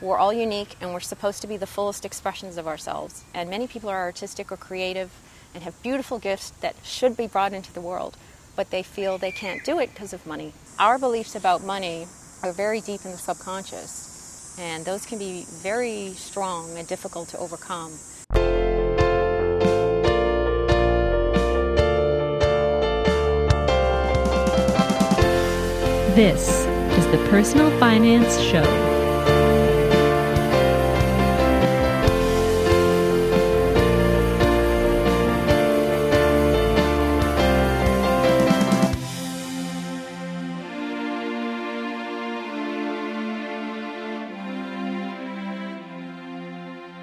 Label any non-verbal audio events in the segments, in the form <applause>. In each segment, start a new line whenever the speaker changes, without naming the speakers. We're all unique and we're supposed to be the fullest expressions of ourselves. And many people are artistic or creative and have beautiful gifts that should be brought into the world, but they feel they can't do it because of money. Our beliefs about money are very deep in the subconscious, and those can be very strong and difficult to overcome.
This is the Personal Finance Show.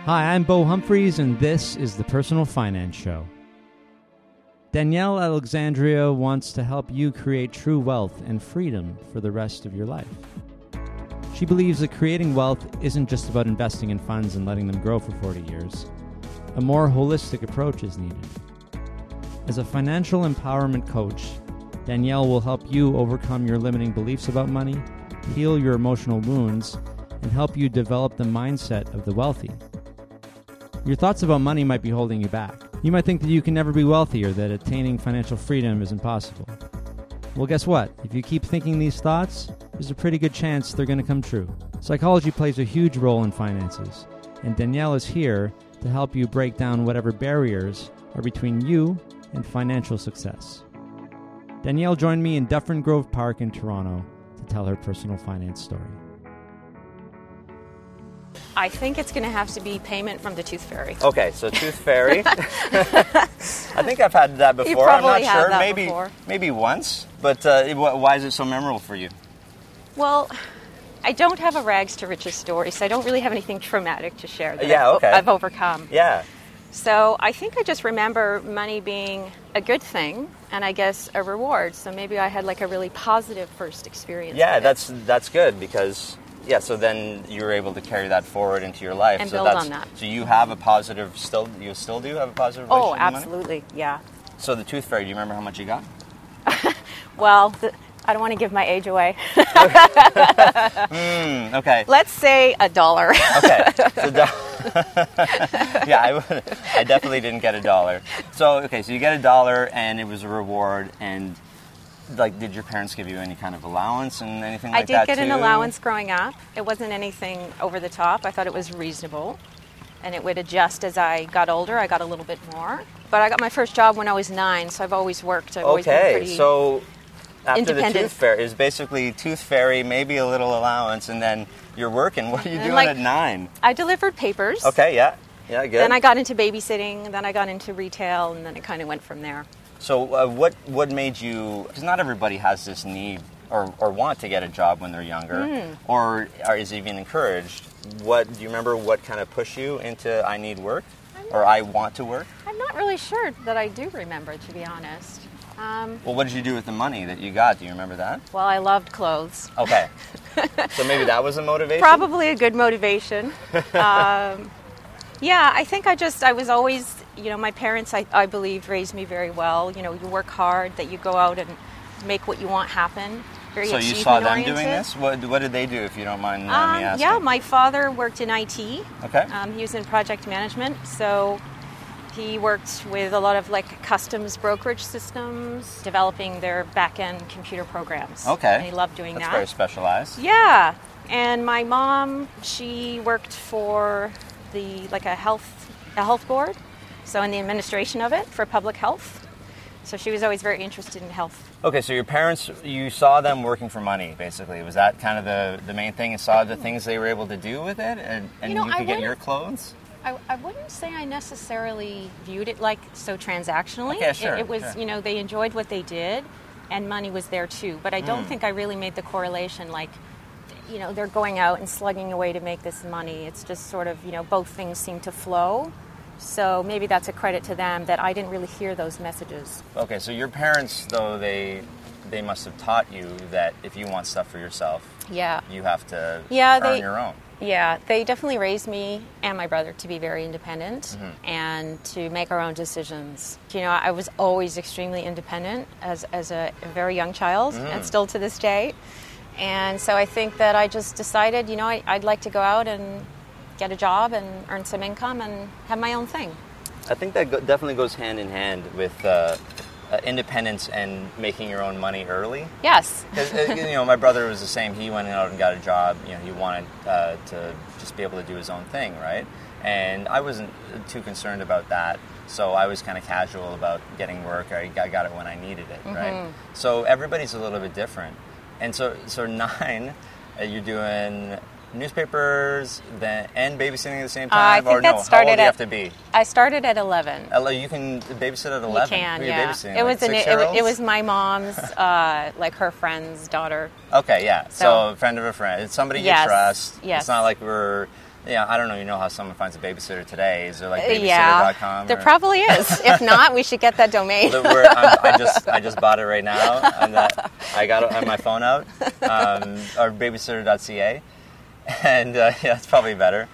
Hi, I'm Bo Humphreys, and this is the Personal Finance Show. Danielle Alexandria wants to help you create true wealth and freedom for the rest of your life. She believes that creating wealth isn't just about investing in funds and letting them grow for 40 years. A more holistic approach is needed. As a financial empowerment coach, Danielle will help you overcome your limiting beliefs about money, heal your emotional wounds, and help you develop the mindset of the wealthy. Your thoughts about money might be holding you back. You might think that you can never be wealthy or that attaining financial freedom is impossible. Well, guess what? If you keep thinking these thoughts, there's a pretty good chance they're going to come true. Psychology plays a huge role in finances, and Danielle is here to help you break down whatever barriers are between you and financial success. Danielle joined me in Dufferin Grove Park in Toronto to tell her personal finance story.
I think it's going to have to be payment from the Tooth Fairy.
Okay, so Tooth Fairy. <laughs> I think I've had that before. I'm
probably
not
had
sure.
that
maybe
before.
maybe once. But uh, wh- why is it so memorable for you?
Well, I don't have a rags to riches story, so I don't really have anything traumatic to share that
Yeah,
I've-
okay.
I've overcome.
Yeah.
So I think I just remember money being a good thing and I guess a reward. So maybe I had like a really positive first experience.
Yeah,
with it.
that's that's good because yeah, so then you were able to carry that forward into your life.
And
so
build
that's,
on that.
So you have a positive still you still do have a positive
Oh,
relationship with money?
absolutely. Yeah.
So the Tooth Fairy, do you remember how much you got?
Well, th- I don't want to give my age away. <laughs>
Mm, okay.
Let's say a dollar.
Okay. So do- <laughs> yeah, I, would- I definitely didn't get a dollar. So okay, so you get a dollar, and it was a reward, and like, did your parents give you any kind of allowance and
<laughs>
anything
I
like
did
that?
get an
too?
allowance growing up. It wasn't anything over the top. I thought it was reasonable and it would adjust as I got older. I got a little bit more. But I got my first job when I was nine, so I've always worked. I've always been
Okay,
pretty.
so after the
independent.
tooth fairy is basically tooth fairy, maybe a little allowance, and then you're working. What are you
And,
doing
like-
at nine?
I delivered papers.
Okay, yeah, yeah, good.
Then I got into babysitting, then I got into retail, and then it kind of went from there.
So, uh, what what made you? Because not everybody has this need or, or want to get a job when they're younger,
Hmm.
or, or is even encouraged. What do you remember? What kind of pushed you into I need work, or I want to work?
I'm not really sure that I do remember, to be honest. Um,
Well, what did you do with the money that you got? Do you remember that?
well, I loved clothes. <laughs>
Okay, so maybe that was a motivation.
Probably a good motivation.
<laughs>
um, yeah, I think I just, I was always, you know, my parents, I, I believe, raised me very well. You know, you work hard, that you go out and make what you want happen. Very
So you saw them doing
achievement-oriented.
this. What, what did they do? If you don't mind uh, me
Um,
asking.
yeah, my father worked in IT.
Okay.
Um, he was in project management, so he worked with a lot of like customs brokerage systems, developing their back end computer programs.
Okay.
And he loved doing
That's
that.
very specialized.
yeah. And my mom, she worked for the like a health a health board, so in the administration of it for public health. So she was always very interested in health.
Okay, so your parents, you saw them working for money, basically. Was that kind of the, the main thing? You saw the things they were able to do with it, and, and
You know,
could
I
get
wouldn't-
your clothes?
I, I wouldn't say I necessarily viewed it like so transactionally.
Okay, sure,
It, it was,
sure.
you know, they enjoyed what they did and money was there too. But I
Mm.
don't think I really made the correlation like, you know, they're going out and slugging away to make this money. It's just sort of, you know, both things seem to flow. So maybe that's a credit to them that I didn't really hear those messages.
Okay, so your parents, though, they they must have taught you that if you want stuff for yourself,
Yeah.
you have to
Yeah,
earn
they-
your own.
Yeah, they definitely raised me and my brother to be very independent
Mm-hmm.
and to make our own decisions. You know, I was
Mm.
always extremely independent as, as a very young child and still to this day. And so I think that I just decided, you know, I, I'd like to go out and get a job and earn some income and have my own thing.
I think that go- definitely goes hand in hand with uh, uh, independence and making your own money early.
Yes.
'Cause, uh, you know, my brother was the same. He went out and got a job. You know, he wanted uh, to just be able to do his own thing, right? And I wasn't uh, too concerned about that, so I was kind of casual about getting work. I got, got it when I needed it, right?
Mm-hmm.
So everybody's a little bit different, and so so <laughs> nine, uh, you're doing newspapers then and babysitting at the same
Uh, I
time.
think
or
that
no,
started
how old do
at
you have to be?
I started at 11.
Hello, you can babysit at eleven.
You can,
Who are
yeah. it
babysitting? like
was an, it,
six-year-olds?
it was my mom's, uh, like her friend's daughter.
Okay, yeah. So,
So-
a friend of a friend. It's somebody
Yes,
you trust.
yes.
It's not like we're, yeah, I don't know, you know how someone finds a babysitter today. Is there like
Uh,
babysitter.com?
yeah, there
or-
probably
<laughs>
is. if not, we should get that domain.
Look, we're- I'm- I just I just bought it right now. I'm not, I got it on my phone out, um, or babysitter.ca, and uh, yeah, that's probably better.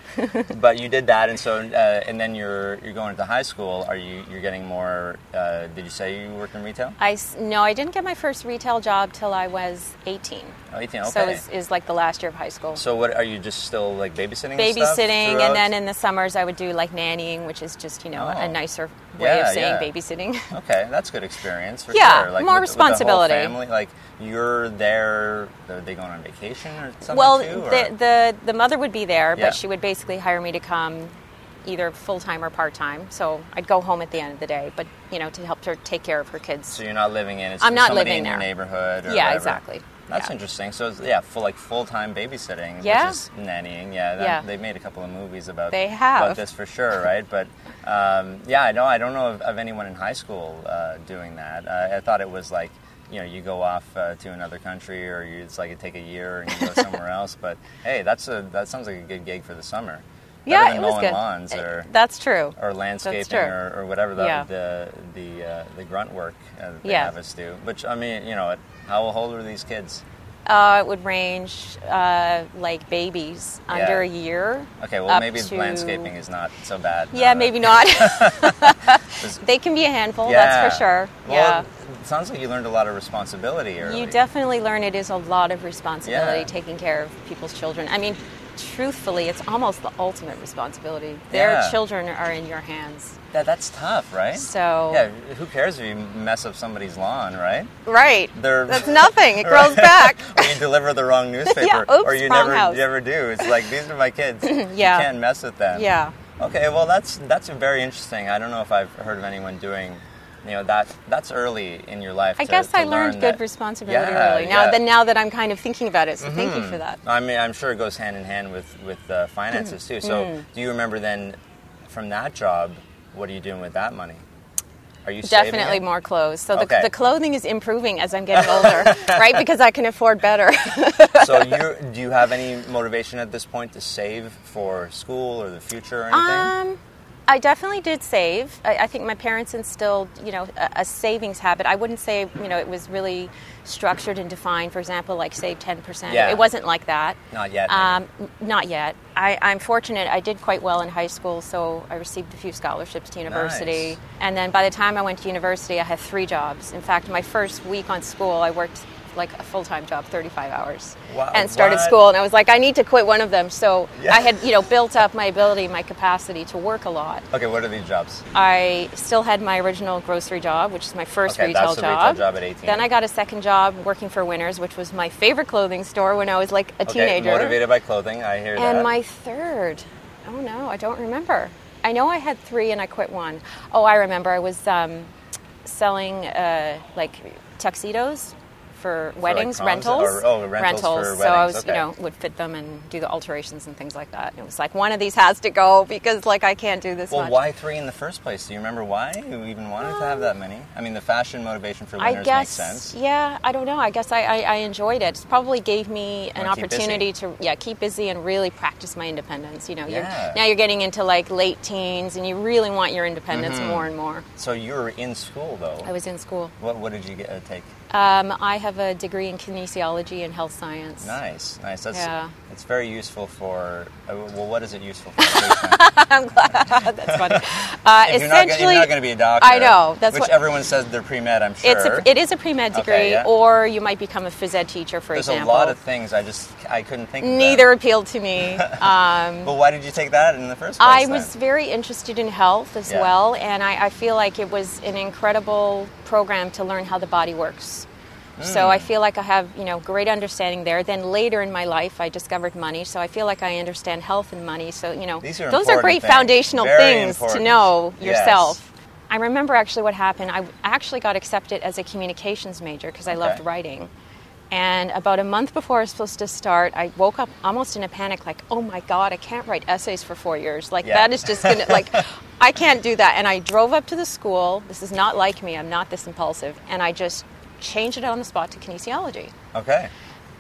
But you did that, and so uh, and then you're you're going to high school. Are you you're getting more? Uh, did you say you worked in retail?
<laughs> I s- no, I didn't get my first retail job till I was 18.
Oh, 18, okay.
So it was, is like the last year of high school.
So what are you just still like babysitting? and stuff
babysitting,
throughout?
and then in the summers I would do like nannying, which is just you know
Oh.
a nicer way of
Yeah,
saying
yeah.
babysitting. <laughs>
Okay, that's good experience for
Yeah,
sure. Like
more
with the- with the whole
responsibility.
family, like you're there. Are they going on vacation or something?
well,
too, or-
the, the the mother would be there,
Yeah.
but she would basically hire me to come either full time or part time. So I'd go home at the end of the day, but you know to help her take care of her kids.
so you're not living in. It's
I'm
just
not
somebody
living
in your
there.
neighborhood. Or
Yeah,
whatever.
exactly.
That's
Yeah.
interesting. So it's, yeah, full like full time babysitting,
Yeah.
which is nannying. Yeah, that,
Yeah.
they've made a couple of movies about
They have.
about this for sure, right? But um, yeah, I know I don't know of, of anyone in high school uh, doing that. Uh, I thought it was like you know you go off uh, to another country or you, it's like it take a year and you
<laughs>
go somewhere else. But hey, that's a that sounds like a good gig for the summer. Better
yeah,
than
it was
mowing
good.
lawns or
That's true.
or landscaping
true.
or, or whatever the
Yeah.
the the, uh, the grunt work uh, that they
Yeah.
have us do. Which I mean, you know, how old are these kids?
Uh, it would range uh, like babies
Yeah.
under a year.
Okay, well
up
maybe
to-
landscaping is not so bad.
Yeah,
Uh,
maybe
<laughs>
not. <laughs>
Is-
they can be a handful. That's for sure.
Well,
yeah.
it sounds like you learned a lot of responsibility early.
You definitely learn it is a lot of responsibility
Yeah.
taking care of people's children. I mean, truthfully, it's almost the ultimate responsibility. Their
Yeah.
children are in your hands.
That, that's tough, right?
So-
yeah, who cares if you mess up somebody's lawn, right?
Right.
They're- <laughs>
That's nothing. It grows back.
or you deliver
<laughs>
the wrong newspaper,
oops,
or you
wrong
never
house.
you never do. It's like these are
<laughs>
my kids. You
Yeah.
can't mess with them.
Yeah.
Okay, well that's that's very interesting. I don't know if I've heard of anyone doing, you know, that that's early in your life.
I
to-
guess
to
I
learn
learned
that-
good responsibility
Yeah,
early. Now,
yeah. Mm-hmm.
then, now that I'm kind of thinking about it, so thank you for that.
I mean, I'm sure it goes hand in hand with with uh, finances too. So,
Mm.
do you remember then from that job? What are you doing with that money? Are you saving
Definitely
it?
more clothes. So the,
Okay.
the clothing is improving as I'm getting older,
<laughs>
right? Because I can afford better.
<laughs> so,
<laughs>
you do you have any motivation at this point to save for school or the future or anything?
Um, I definitely did save. I, I think my parents instilled, you know, a, a savings habit. I wouldn't say, you know, it was really structured and defined. For example, like save ten percent.
Yeah.
It wasn't like that.
Not yet, maybe.
Um, n- not yet. I, I'm fortunate. I did quite well in high school, so I received a few scholarships to university.
Nice.
And then by the time I went to university, I had three jobs. In fact, my first week on school, I worked like a full-time job 35 hours
Wow,
and started
what?
school and i was like i need to quit one of them so
Yeah.
i had you know built up my ability my capacity to work a lot
okay, what are these jobs?
i still had my original grocery job which is my first
Okay,
retail,
that's the
job.
retail job at 18.
then i got a second job working for winners which was my favorite clothing store when i was like a
Okay,
teenager
motivated by clothing. I hear that.
and my third oh no i don't remember i know i had three and i quit one. Oh, i remember i was um, selling uh, like tuxedos for
like,
weddings
proms?
rentals
Or- oh, rentals for
so i
weddings,
was
okay.
you know would fit them and do the alterations and things like that and it was like one of these has to go because like i can't do this
well,
much
why three in the first place? Do you remember why you even wanted to have that many? I mean, the fashion motivation for
Um, I
winners
guess,
makes sense.
yeah. I don't know. I guess I, I, I enjoyed it. It probably gave me an
Wanna keep
opportunity
busy.
to, yeah, keep busy and really practice my independence. You know,
Yeah.
you're, now you're getting into like late teens, and you really
Mm-hmm.
want your independence more and more.
So you were in school though.
I was in school.
What, what did you get, uh, take?
Um, I have a degree in kinesiology and health science.
Nice, nice. That's
Yeah.
that's very useful for. uh, Well, what is it useful for? <laughs> if
I'm glad that's
<laughs>
funny. Uh,
you're not, gonna- if you're
essentially,
not going to be a doctor.
I know, that's
which
what-
everyone says they're pre med. I'm sure.
it's a, it is a pre-med
Okay,
degree,
yeah.
or you might become a phys ed teacher, for
There's
example.
a lot of things I just I couldn't think. of
Neither
Them.
appealed to
<laughs>
me. Um,
But why did you take that in the first place?
I
then?
was very interested in health as
Yeah.
well, and I, I feel like it was an incredible program to learn how the body works. So
Hmm.
I feel like I have you know great understanding there. Then later in my life, I discovered money, so I feel like I understand health and money. So you know
These are
those are
important
great
things.
foundational
Very
things
important.
to know
Yes.
yourself. I remember actually what happened. I actually got accepted as a communications major because I loved
Okay.
writing. And about a month before I was supposed to start, I woke up almost in a panic, like, oh my God, I can't write essays for four years. Like,
Yeah.
that is just gonna, like, I can't do that. And I drove up to the school. This is not like me, I'm not this impulsive. And I just changed it on the spot to kinesiology
okay.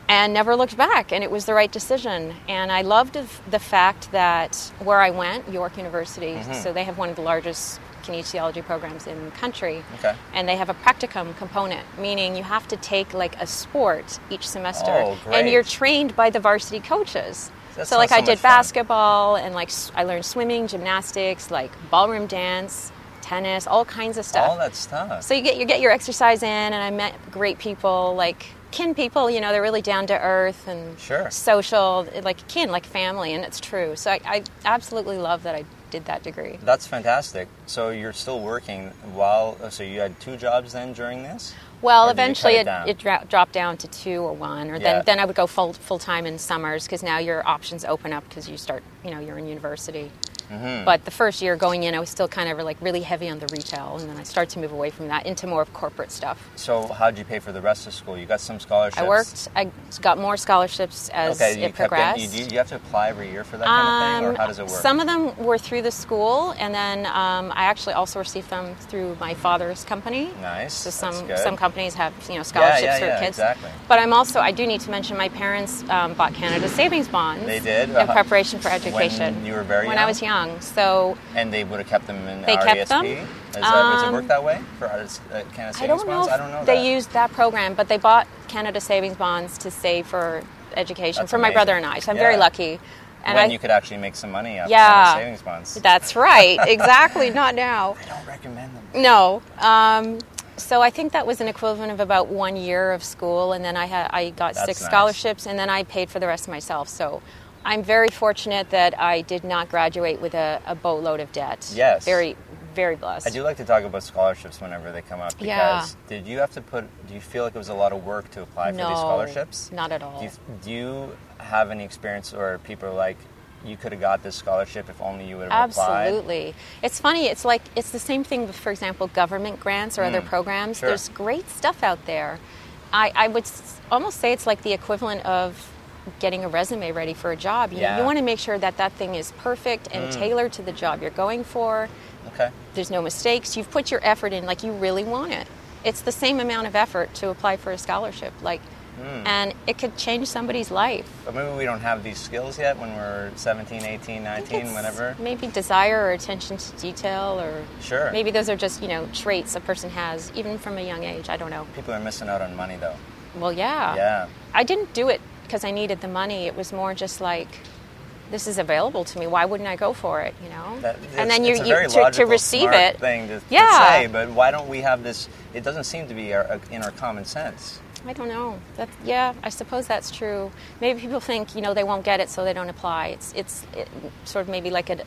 and never looked back. And it was the right decision. And I loved th- the fact that where I went, York University,
Mm-hmm.
so they have one of the largest kinesiology programs in the country.
Okay.
And they have a practicum component, meaning you have to take like a sport each semester.
Oh,
And
great.
you're trained by the varsity coaches.
That
so like
sounds so
I did
much fun.
basketball and like s- I learned swimming, gymnastics, like ballroom dance, tennis, all kinds of stuff.
All that stuff.
So you get you get your exercise in, and I met great people, like kin people. You know, they're really down to earth and
Sure.
social, like kin, like family, and it's true. So I, I absolutely love that I did that degree.
That's fantastic. So you're still working while. oh, So you had two jobs then during this.
Well,
Or did you
eventually
cut it
it,
down?
it, dro- dropped down to two or one, or
Yeah.
then, then I would go full full time in summers because now your options open up because you start, you know, you're in university.
Mm-hmm.
But the first year going in, I was still kind of like really heavy on the retail, and then I started to move away from that into more of corporate stuff.
So how'd you pay for the rest of school? You got some scholarships.
I worked. I got more scholarships as
Okay, you
it
kept
progressed.
getting- E you, do you have to apply every year for that kind of thing, or
Um,
how does it work?
Some of them were through the school, and then um, I actually also received them through my father's company.
Nice,
So
that's
some
good.
some companies have you know scholarships
yeah,
for
yeah,
kids.
exactly.
But I'm also I do need to mention my parents um, bought Canada Savings Bonds.
They did?
in
Uh-huh.
preparation for education.
you were very
when I
young?
was young, so
and they would have kept them in
They
RESP.
kept them.
Is that, does it
Um,
work that way for artists, uh, kind of savings
I don't know.
bonds?
If
I don't know.
They
that.
used that program, but they bought Canada Savings Bonds to save for education
That's
for
amazing.
my brother and I. So I'm very
Yeah.
lucky. And
when
I,
you could actually make some money off
Yeah.
kind of savings bonds.
That's right. Exactly. Not now.
I don't recommend them.
No. Um, so I think that was an equivalent of about one year of school, and then I had I got
That's
six
nice.
scholarships, and then I paid for the rest myself. So I'm very fortunate that I did not graduate with a, a boatload of debt.
Yes.
Very, very blessed.
I do like to talk about scholarships whenever they come up because
Yeah.
did you have to put? Do you feel like it was a lot of work to apply for
No,
these scholarships?
not at all.
Do you, do you have any experience or people are like you could have got this scholarship if only you would have applied?
Absolutely. It's funny, it's like it's the same thing with, for example, government grants or other programs.
Mm. sure.
There's great stuff out there. I, I would s- almost say it's like the equivalent of getting a resume ready for a job. You,
Yeah. Mm.
you want to make sure that that thing is perfect and tailored to the job you're going for.
Okay.
There's no mistakes. You've put your effort in like you really want it. It's the same amount of effort to apply for a scholarship. Like,
Mm.
and it could change somebody's life.
But maybe we don't have these skills yet when we're 17, 18,
I think
19,
it's
whatever.
Maybe desire or attention to detail or
Sure.
Maybe those are just, you know, traits a person has even from a young age. I don't know.
People are missing out on money though.
Well, yeah.
Yeah.
I didn't do it because I needed the money. It was more just like this is available to me. Why wouldn't I go for it, you know?
That-
and
it's-
then you,
it's a
you
very
to, to
logical,
receive
smart
it.
Thing to, to
Yeah.
say, but why don't we have this? It doesn't seem to be our, uh, in our common sense.
I don't know. That yeah, I suppose that's true. Maybe people think, you know, they won't get it so they don't apply. It's it's it, sort of maybe like a,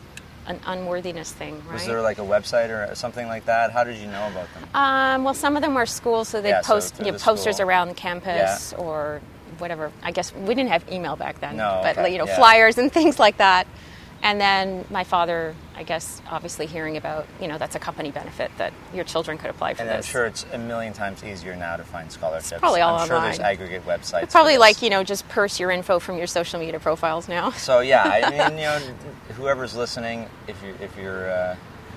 an unworthiness thing, right?
Was there like a website or uh, something like that? How did you know about them?
Um, well, some of them are schools, so they
Yeah, so
post
through
you know,
the
posters
school.
around campus or whatever. I guess we didn't have email back then,
No,
but
okay,
you know,
yeah.
flyers and <laughs> things like that. And then my father, I guess, obviously hearing about you know that's a company benefit that your children could apply for
And I'm
this.
sure it's a million times easier now to find scholarships.
probably all
I'm sure there's
online.
aggregate websites.
it's probably
for this.
like you know just purse your info from your social media profiles now. <laughs>
So yeah, I mean, you know, whoever's listening, if you if you're uh,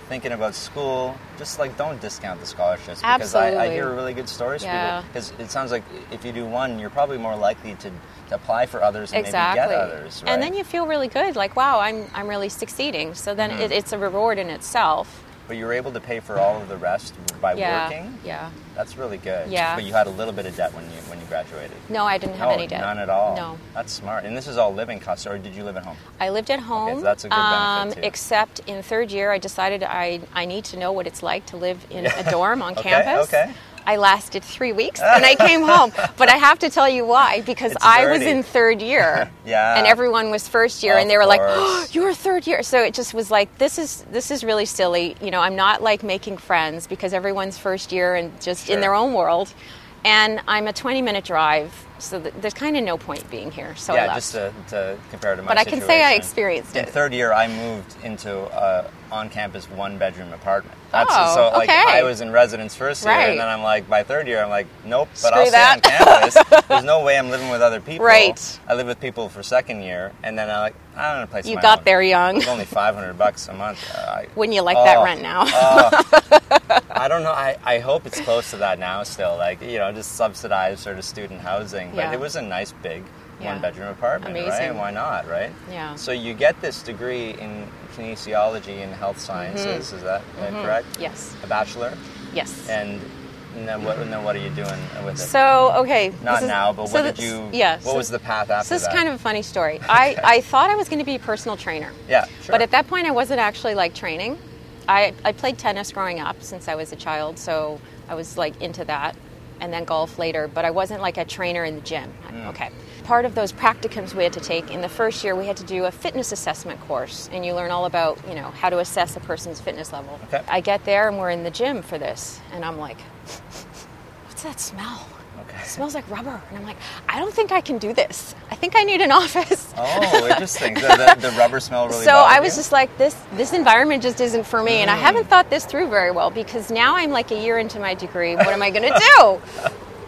thinking about school, just like don't discount the scholarships because I, I
Absolutely.
hear really good stories.
Yeah.
Because it sounds like if you do one, you're probably more likely to, to apply for others and maybe
exactly
get others. Right? Mm-hmm.
and then you feel really good like wow i'm, I'm really succeeding so then it, it's a reward in itself
But you were able to pay for all of the rest by
yeah,
working.
yeah.
That's really good.
Yeah.
But you had a little bit of debt when you when you graduated.
No, I didn't have
no,
any debt.
none at all.
No,
That's smart. And this is all living costs, or did you live at home?
I lived at home. um,
so that's a good benefit, too.
Except in third year, I decided I, I need to know what it's like to live in a dorm on campus.
<laughs> okay.
I lasted three weeks and I came
<laughs>
home. But I have to tell you why, because
It's
I was
dirty.
in third year.
<laughs> Yeah.
And everyone was first year
Of
and they were like, oh,
course.
you're third year. So it just was like, this is this is really silly. You know, I'm not like making friends because everyone's first year and just
Sure.
in their own world. And I'm a 20 minute drive, so th- there's kind of no point being here. So I
yeah,
left.
just to, to compare to my
But I can say I
situation.
experienced
In
it.
third year, I moved into a on-campus one-bedroom apartment. That's
Oh,
so like
okay.
I was in residence first year,
Right.
and then I'm like by third year, I'm like nope, but I'll
Screw that.
stay on
<laughs>
campus. There's no way I'm living with other people.
Right.
I live with people for second year, and then I like I don't know place. of
You
my
got
own.
there young.
It's only 500 bucks a month. Uh, I,
Wouldn't you like that
Oh.
rent now?
I don't know. I, I hope it's close to that now still. Like, you know, just subsidized sort of student housing. But
Yeah.
it was a nice big
Yeah.
one bedroom apartment, right?
Amazing.
Why not, right?
Yeah.
So you get this degree in kinesiology and health sciences,
Mm-hmm.
is that uh, correct?
Yes.
A bachelor?
Yes.
And then what, and then what are you doing with it?
so okay.
not
this is-
now, but
so
what did
this-
you?
Yeah.
What
so-
was the path after
So this is
that?
kind of a funny story.
<laughs>
I, I thought I was going to be a personal trainer.
yeah, sure.
But at that point, I wasn't actually like training. I, I played tennis growing up since I was a child, so I was like into that, and then golf later. But I wasn't like a trainer in the gym.
Mm.
Okay. Part of those practicums we had to take in the first year, we had to do a fitness assessment course, and you learn all about you know how to assess a person's fitness level.
Okay.
I get there and we're in the gym for this, and I'm like, <laughs> what's that smell?
Okay.
It smells like rubber, and I'm like, I don't think I can do this. I think I need an <laughs> office
oh, interesting. So the, the rubber smell really.
<laughs> so
bothered
I was
you? Mm-hmm.
just like, this this environment just isn't for me, and I haven't thought this through very well because now I'm like a year into my degree. What am I going to
<laughs>
do?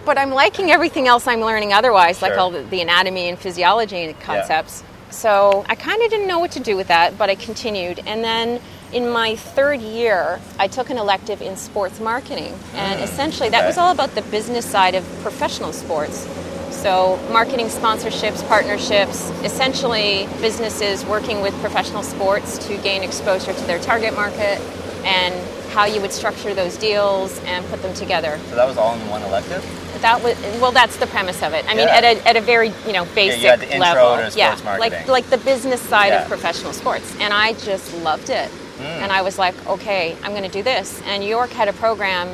But I'm liking everything else I'm learning otherwise, like
Sure.
all the, the anatomy and physiology concepts. So I kind of didn't know what to do with that, but I continued. And then in my third year, I took an elective in sports marketing, and essentially that
okay.
was all about the business side of professional sports. So, marketing sponsorships, partnerships, essentially businesses working with professional sports to gain exposure to their target market and how you would structure those deals and put them together.
So that was all in one elective.
That was well. That's the premise of it. I mean,
Yeah.
at a, at a very you know basic
had the intro
level.
to sports
yeah,
marketing.
like like the business side
Yeah. Hmm.
of professional sports, and I just loved it. And I was like, okay, I'm going to do this. And York had a program,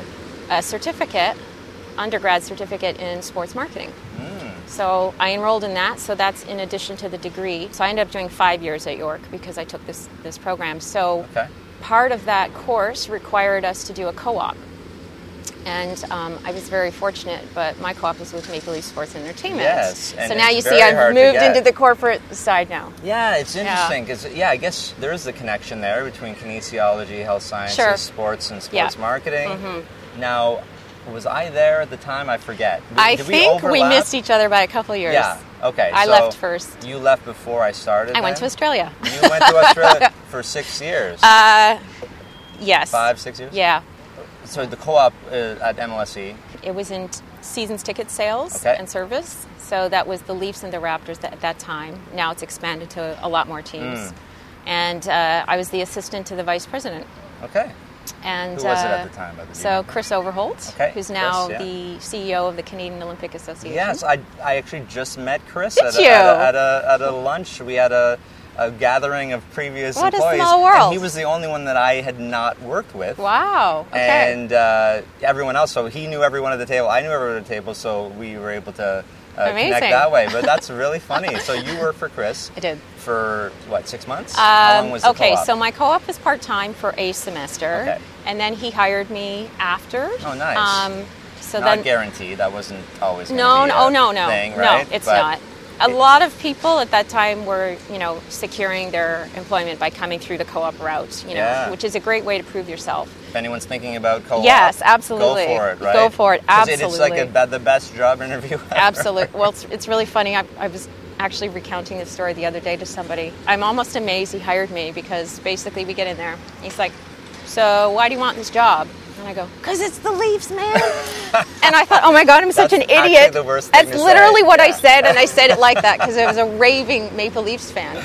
a certificate, undergrad certificate in sports marketing.
Hmm.
So I enrolled in that. So that's in addition to the degree. So I ended up doing five years at York because I took this this program. So
Okay.
part of that course required us to do a co-op and um, I was very fortunate, but my co-op was with Maple Leaf Sports and Entertainment.
Yes, and
so now
it's
you
very
see I've
hard to
moved
get.
into the corporate side now.
Yeah, it's interesting because yeah. I guess there is the connection there between kinesiology, health sciences,
Sure.
sports, and
Yeah. Mm-hmm.
sports marketing. Now, was I there at the time? I forget. Did-
I
did
think we,
overlap?
missed each other by a couple years.
Yeah. Okay.
I
so
left first.
You left before I started.
I went to
then?
Australia. <laughs>
You went to Australia for six years.
Yes.
Five, six years.
Yeah.
So the co-op uh, at MLSE.
It was in t- seasons ticket sales
Okay.
and service. So that was the Leafs and the Raptors that, at that time. Now it's expanded to a lot more teams.
Hmm.
And uh, I was the assistant to the vice president.
Okay.
And
Who was it
uh,
at the time, by the
So
way?
Chris Overholt,
Okay,
who's now
Chris, yeah.
the CEO of the Canadian Olympic Association.
Yes, I, I actually just met Chris
Did
at, a,
you?
At, a, at, a, at a lunch. We had a, a gathering of previous
What a
employees.
small world.
And he was the only one that I had not worked with.
Wow. Okay.
And uh, everyone else, so he knew everyone at the table. I knew everyone at the table, so we were able to uh, connect
Amazing.
that way. But that's really funny. So you worked for Chris.
I did. Um,
For what, six months? How long was the
okay,
co-op?
so my co-op was part-time for a semester,
Okay.
and then he hired me after.
Oh, nice.
Um, so
Not
then,
guaranteed. That wasn't always gonna
no,
be
no,
a
oh, no, no,
thing, right?
no, it's
But-
not. A lot of people at that time were, you know, securing their employment by coming through the co-op route, you know,
Yeah.
which is a great way to prove yourself.
If anyone's thinking about co-op,
Yes, absolutely.
Go for it, right?
Go for it,
'Cause It's like a,
absolutely.
be- the best job interview. <laughs> Ever.
Absolutely. Well, it's, it's really funny. I, I was actually recounting this story the other day to somebody. I'm almost amazed he hired me because basically we get in there. He's like, "So why do you want this job?" And I go, "Cause it's the Leafs,
<laughs>
man." and I thought, "Oh my God, I'm such
That's
an
actually
idiot."
the worst thing
That's
to
literally
say.
what I
Yeah.
said,
<laughs>
and I said it like that because I was a raving Maple Leafs fan.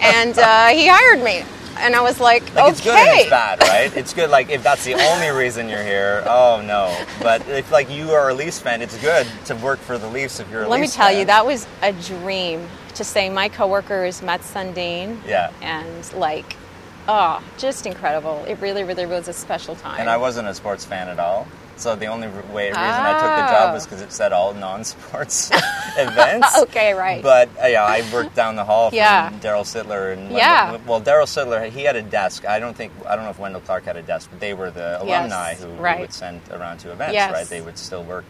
And uh, he hired me. And I was like,
Like
okay.
it's good and it's bad, right? It's good like if that's the only reason
<laughs>
you're here, oh no. But if like you are a Leafs fan, it's good to work for the Leafs if you're a
Let me
Leafs
tell you,
fan.
that was a dream to say my coworker is Matt Sundin.
Yeah.
And like, oh, just incredible. It really, really was a special time.
And I wasn't a sports fan at all. So the only re- way, reason I took the job
Oh.
was because it said all non-sports <laughs>
<laughs>
events.
Okay, right.
But uh, yeah, I worked down the
<laughs>
hall from
Yeah.
Daryl Sittler and Wendell-
Yeah.
well, Daryl Sittler he had a desk. I don't think I don't know if Wendell Clark had a desk, but they were the alumni who, who
right.
would send around to events.
Yes.
Right, they would still work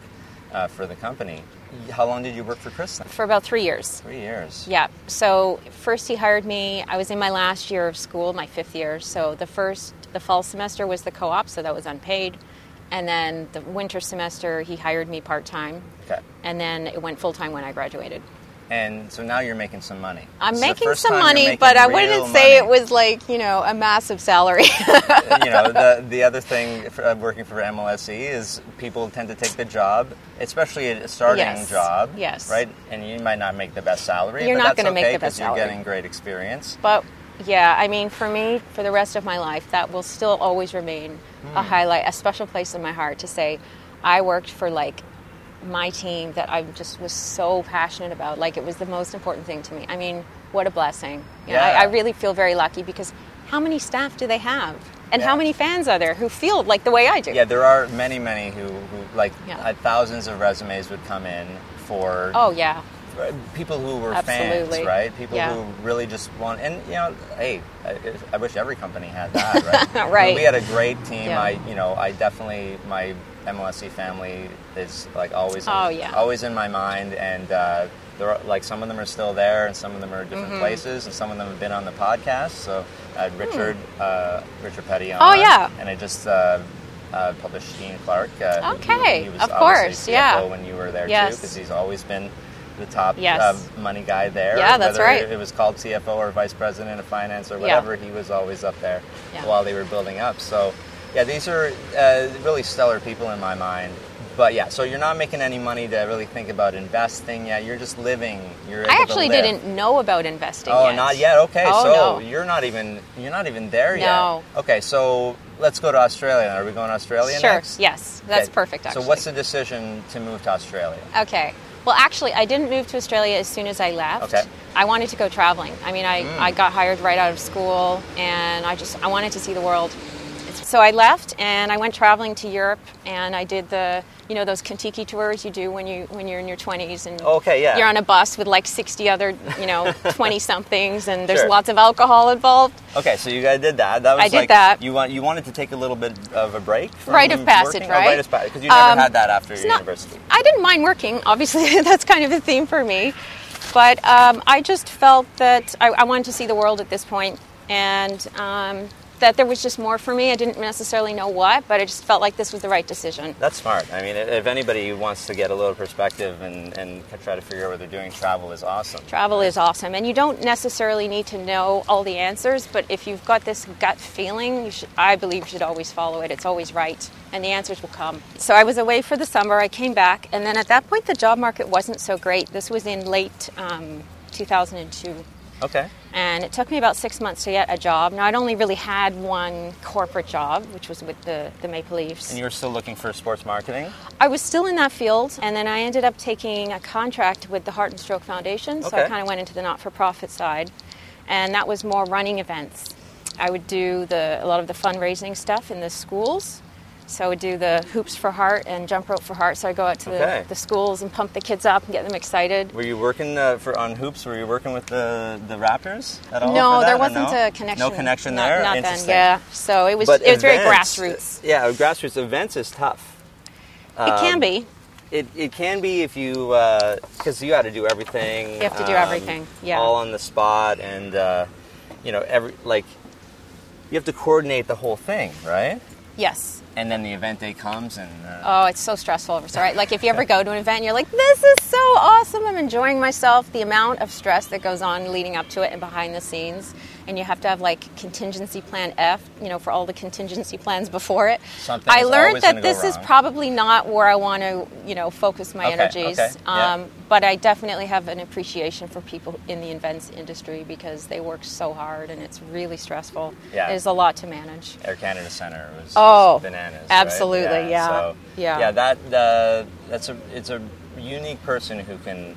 uh, for the company. How long did you work for Chris? Then?
For about three years.
Three years.
Yeah. So first he hired me. I was in my last year of school, my fifth year. So the first, the fall semester was the co-op, so that was unpaid. And then the winter semester, he hired me part time.
Okay.
And then it went full time when I graduated.
And so now you're making some money.
I'm
It's the
making
first
some
time you're
money,
making
but I
real
wouldn't say it
money.
was like you know a massive salary. <laughs>
you know, the, the other thing for, uh, working for MLSE is people tend to take the job, especially a starting
Yes.
job.
Yes.
Right? And you might not make the best salary.
You're
but
not
going
gonna
to
make the best
you're
salary.
getting great experience.
but yeah, I mean, for me, for the rest of my life, that will still always remain a
Hmm.
highlight, a special place in my heart to say, I worked for like my team that I just was so passionate about. Like it was the most important thing to me. I mean, what a blessing. You know,
Yeah.
I, I really feel very lucky because how many staff do they have? And
Yeah.
how many fans are there who feel like the way I do?
Yeah, there are many, many who, who like,
Yeah.
uh, thousands of resumes would come in for
Oh, yeah.
uh, people who were
Absolutely.
fans, right? People
Yeah.
who really just want, and you know, hey, I, I wish every company had that,
<laughs>
right? I mean,
Right.
we had a great team.
Yeah.
I, you know, I definitely my MLSC family is like always, in,
Oh, yeah.
always in my mind, and uh, there are like some of them are still there, and some of them are different
Mm-hmm.
places, and some of them have been on the podcast. So I had Richard, uh, Richard Petty on,
Hmm. Oh, yeah.
and I just. Uh, uh, published Ian Clark. Uh, who-
Okay,
he was
of
obviously
course,
CFO
yeah.
When you were there
Yes.
too, because he's always been the top
Yes.
uh, money guy there.
Yeah, that's
whether
right.
It was called CFO or vice president of finance or
Yeah.
whatever. He was always up there
Yeah.
while they were building up. So, yeah, these are uh, really stellar people in my mind. But yeah, so you're not making any money to really think about investing. Yeah, you're just living. You're able
I
to
actually
live.
didn't know about investing.
Oh, not yet. Okay,
Oh,
so
no.
you're not even you're not even there
No.
yet. Okay, so let's go to Australia. Are we going to Australia
Sure.
next?
Yes, that's
Okay,
perfect. Actually.
So what's the decision to move to Australia?
Okay. Well, actually, I didn't move to Australia as soon as I left.
Okay. Mm.
I wanted to go traveling. I mean, I, I got hired right out of school, and I just I wanted to see the world. So I left, and I went traveling to Europe, and I did the you know those Kentucky tours you do when you when you're in your 20s, and
Okay, yeah.
you're on a bus with like 60 other you
<laughs>
know 20 somethings, and there's
Sure.
lots of alcohol involved.
Okay, so you guys did that. That was
I did
like-
that.
You want you wanted to take a little bit of a break. From
Rite of passage,
working?
right?
Oh, rite of passage, because you never
Um,
had that after your
not-
university.
I didn't mind working. Obviously, <laughs> that's kind of a theme for me. But um, I just felt that I, I wanted to see the world at this point, and um, that there was just more for me. I didn't necessarily know what, but I just felt like this was the right decision.
That's smart. I mean, if anybody wants to get a little perspective and, and try to figure out what they're doing, travel is awesome.
Travel is awesome, and you don't necessarily need to know all the answers, but if you've got this gut feeling, you should, I believe you should always follow it. It's always right, and the answers will come. So I was away for the summer, I came back, and then at that point, the job market wasn't so great. This was in late um, 2002.
Okay.
And it took me about six months to get a job. Now, I'd only really had one corporate job, which was with the, the Maple Leafs.
And you were still looking for sports marketing.
I was still in that field, and then I ended up taking a contract with the Heart and Stroke Foundation. So I
Okay.
kind of went into the not-for-profit side, and that was more running events. I would do the a lot of the fundraising stuff in the schools. So I would do the hoops for heart and jump rope for heart. So I go out to
Okay.
the, the schools and pump the kids up and get them excited.
Were you working uh, for on hoops? Were you working with the the Raptors at all?
No,
for that,
there
or
wasn't
no?
a connection.
No connection
Not-
there.
Not, then,
Interesting.
yeah. So it was
But
it was very
events-
grassroots.
Yeah, grassroots events is tough. um,
it can be.
It, it can be if you because you had to do everything. You
have to do everything, yeah.
All on the spot, and uh, you know every like you have to coordinate the whole thing, right?
Yes.
And then the event day comes, and uh,
Oh, it's so stressful. So, right, like if you ever go to an event and you're like, this is so awesome, I'm enjoying myself, the amount of stress that goes on leading up to it and behind the scenes. And you have to have like contingency plan F, you know, for all the contingency plans before it.
Something's
I
always
learned
gonna
that
go
this is
wrong.
probably not where I want to, you know, focus my
Okay,
energies.
okay, yeah.
Um, But I definitely have an appreciation for people in the events industry because they work so hard and it's really stressful.
Yeah.
There's a lot to manage.
Air Canada Center was
Oh,
was bananas. right?
absolutely, yeah,
so,
yeah.
yeah. That uh, that's a it's a unique person who can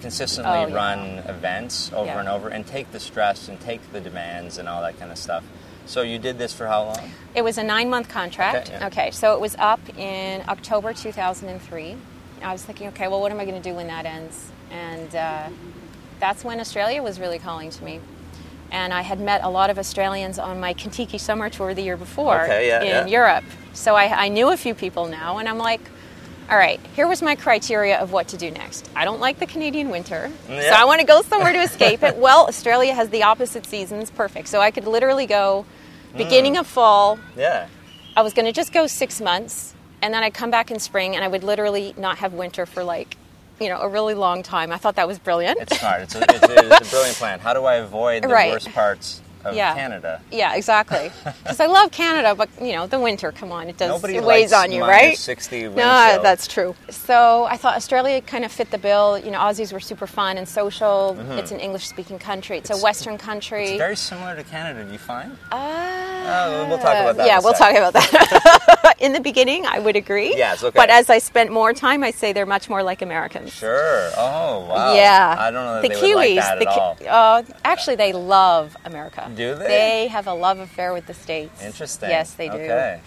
consistently
Oh, yeah.
run events over
Yeah.
and over and take the stress and take the demands and all that kind of stuff. So you did this for how long?
It was a nine month contract.
Okay, yeah.
so it was up in October 2003. I was thinking, okay, well, what am I going to do when that ends? And uh, that's when Australia was really calling to me. And I had met a lot of Australians on my Kentucky summer tour the year before
Okay, yeah,
in
yeah.
Europe. So I, I knew a few people now, and I'm like, all right, here was my criteria of what to do next. I don't like the Canadian winter, so
Mm, Yeah.
I want to go somewhere to escape it. Well, Australia has the opposite seasons, perfect. So I could literally go
Mm.
beginning of fall.
Yeah.
I was going to just go six months, and then I'd come back in spring, and I would literally not have winter for like, you know, a really long time. I thought that was brilliant. <laughs>
It's smart. It's a, it's, a, it's a brilliant plan. How do I avoid the
Right.
worst parts of
Yeah.
Canada?
yeah,
<laughs>
exactly. Because I love Canada, but you know, the winter. Come on, it does.
Nobody
it weighs
likes
on you,
minus
right?
60 wind
No,
chill.
that's true. So I thought Australia kind of fit the bill. You know, Aussies were super fun and social. It's an English-speaking country. It's, a Western country.
Mm-hmm. It's very similar to Canada. Do you find?
Uh,
we'll talk about that
Yeah,
in a
we'll
sec.
talk about that. <laughs> in the beginning, I would agree.
Yes, okay.
But as I spent more time, I say they're much more like Americans.
Sure. Oh wow.
Yeah.
I don't know that
the
they
Kiwis.
would like that
the
at all.
Ki- uh, actually, they love America.
Do they?
They have a love affair with the states.
Interesting.
Yes, they do.
Okay.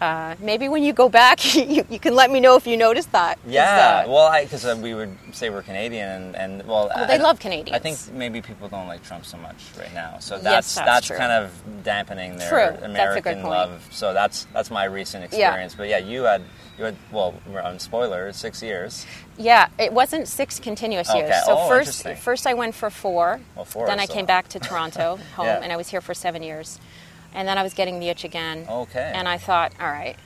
Uh, maybe when you go back, <laughs> you, you can let me know if you noticed that. 'Cause,
Yeah,
uh,
well, I because uh, we would say we're Canadian, and, and well,
Well,
I-
they
I-
love Canadians.
I think maybe people don't like Trump so much right now, so
Yes,
that's
that's true.
kind of dampening their
True. That's a good
American
point.
love. So that's that's my recent experience. But yeah, you had you had well, we're on spoiler, six years.
Yeah, it wasn't six continuous years.
Okay.
So
Oh,
first,
interesting.
first I went for four.
Well, four
Then
is
I
a
came
lot.
back to Toronto
<laughs>
home,
Yeah.
and I was here for seven years, and then I was getting the itch again.
Okay.
And I thought, all right,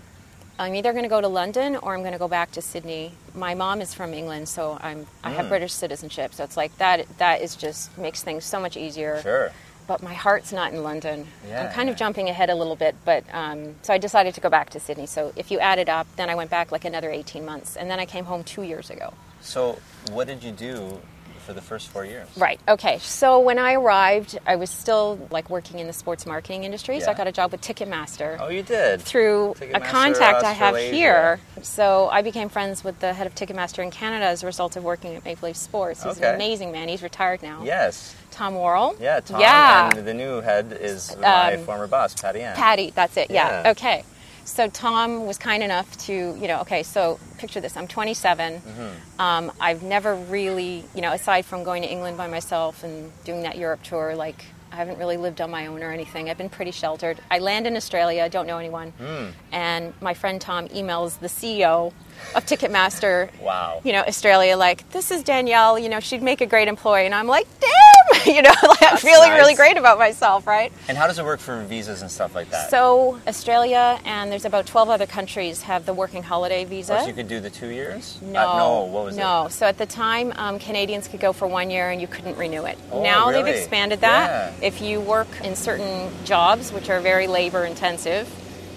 I'm either going to go to London or I'm going to go back to Sydney. My mom is from England, so I'm I
Hmm.
have British citizenship. So it's like that. That is just makes things so much easier
Sure.
but my heart's not in London.
Yeah.
I'm kind of jumping ahead a little bit, but um, so I decided to go back to Sydney. So if you add it up, then I went back like another 18 months, and then I came home two years ago.
So what did you do for the first four years?
Right. Okay. So when I arrived, I was still like working in the sports marketing industry. So I
Yeah.
got a job with Ticketmaster
Oh, you did
through a
Ticketmaster
contact I have
Australasia.
here. So I became friends with the head of Ticketmaster in Canada as a result of working at Maple Leaf Sports. He's
Okay.
an amazing man. He's retired now.
Yes.
Tom Worrell.
Yeah, Tom.
Yeah.
And the new head is my
Um,
former boss, Patty Ann.
Patty, that's it. Yeah.
Yeah.
Okay. So Tom was kind enough to, you know, okay, so picture this. I'm 27.
Mm-hmm.
Um, I've never really, you know, aside from going to England by myself and doing that Europe tour, like, I haven't really lived on my own or anything. I've been pretty sheltered. I land in Australia, don't know anyone.
Hmm.
And my friend Tom emails the CEO of Ticketmaster,
<laughs> Wow.
you know, Australia, like, this is Danielle, you know, she'd make a great employee. And I'm like, damn, <laughs> you know, like, I'm feeling really
nice.
great about myself, right?
And how does it work for visas and stuff like that?
So Australia and there's about 12 other countries have the working holiday visa.
Oh, so you could do the two years?
no,
Uh, no. What was
no.
it?
So at the time, um, Canadians could go for one year and you couldn't renew it.
Oh,
now they've
really?
expanded that.
Yeah.
If you work in certain jobs which are very labor intensive,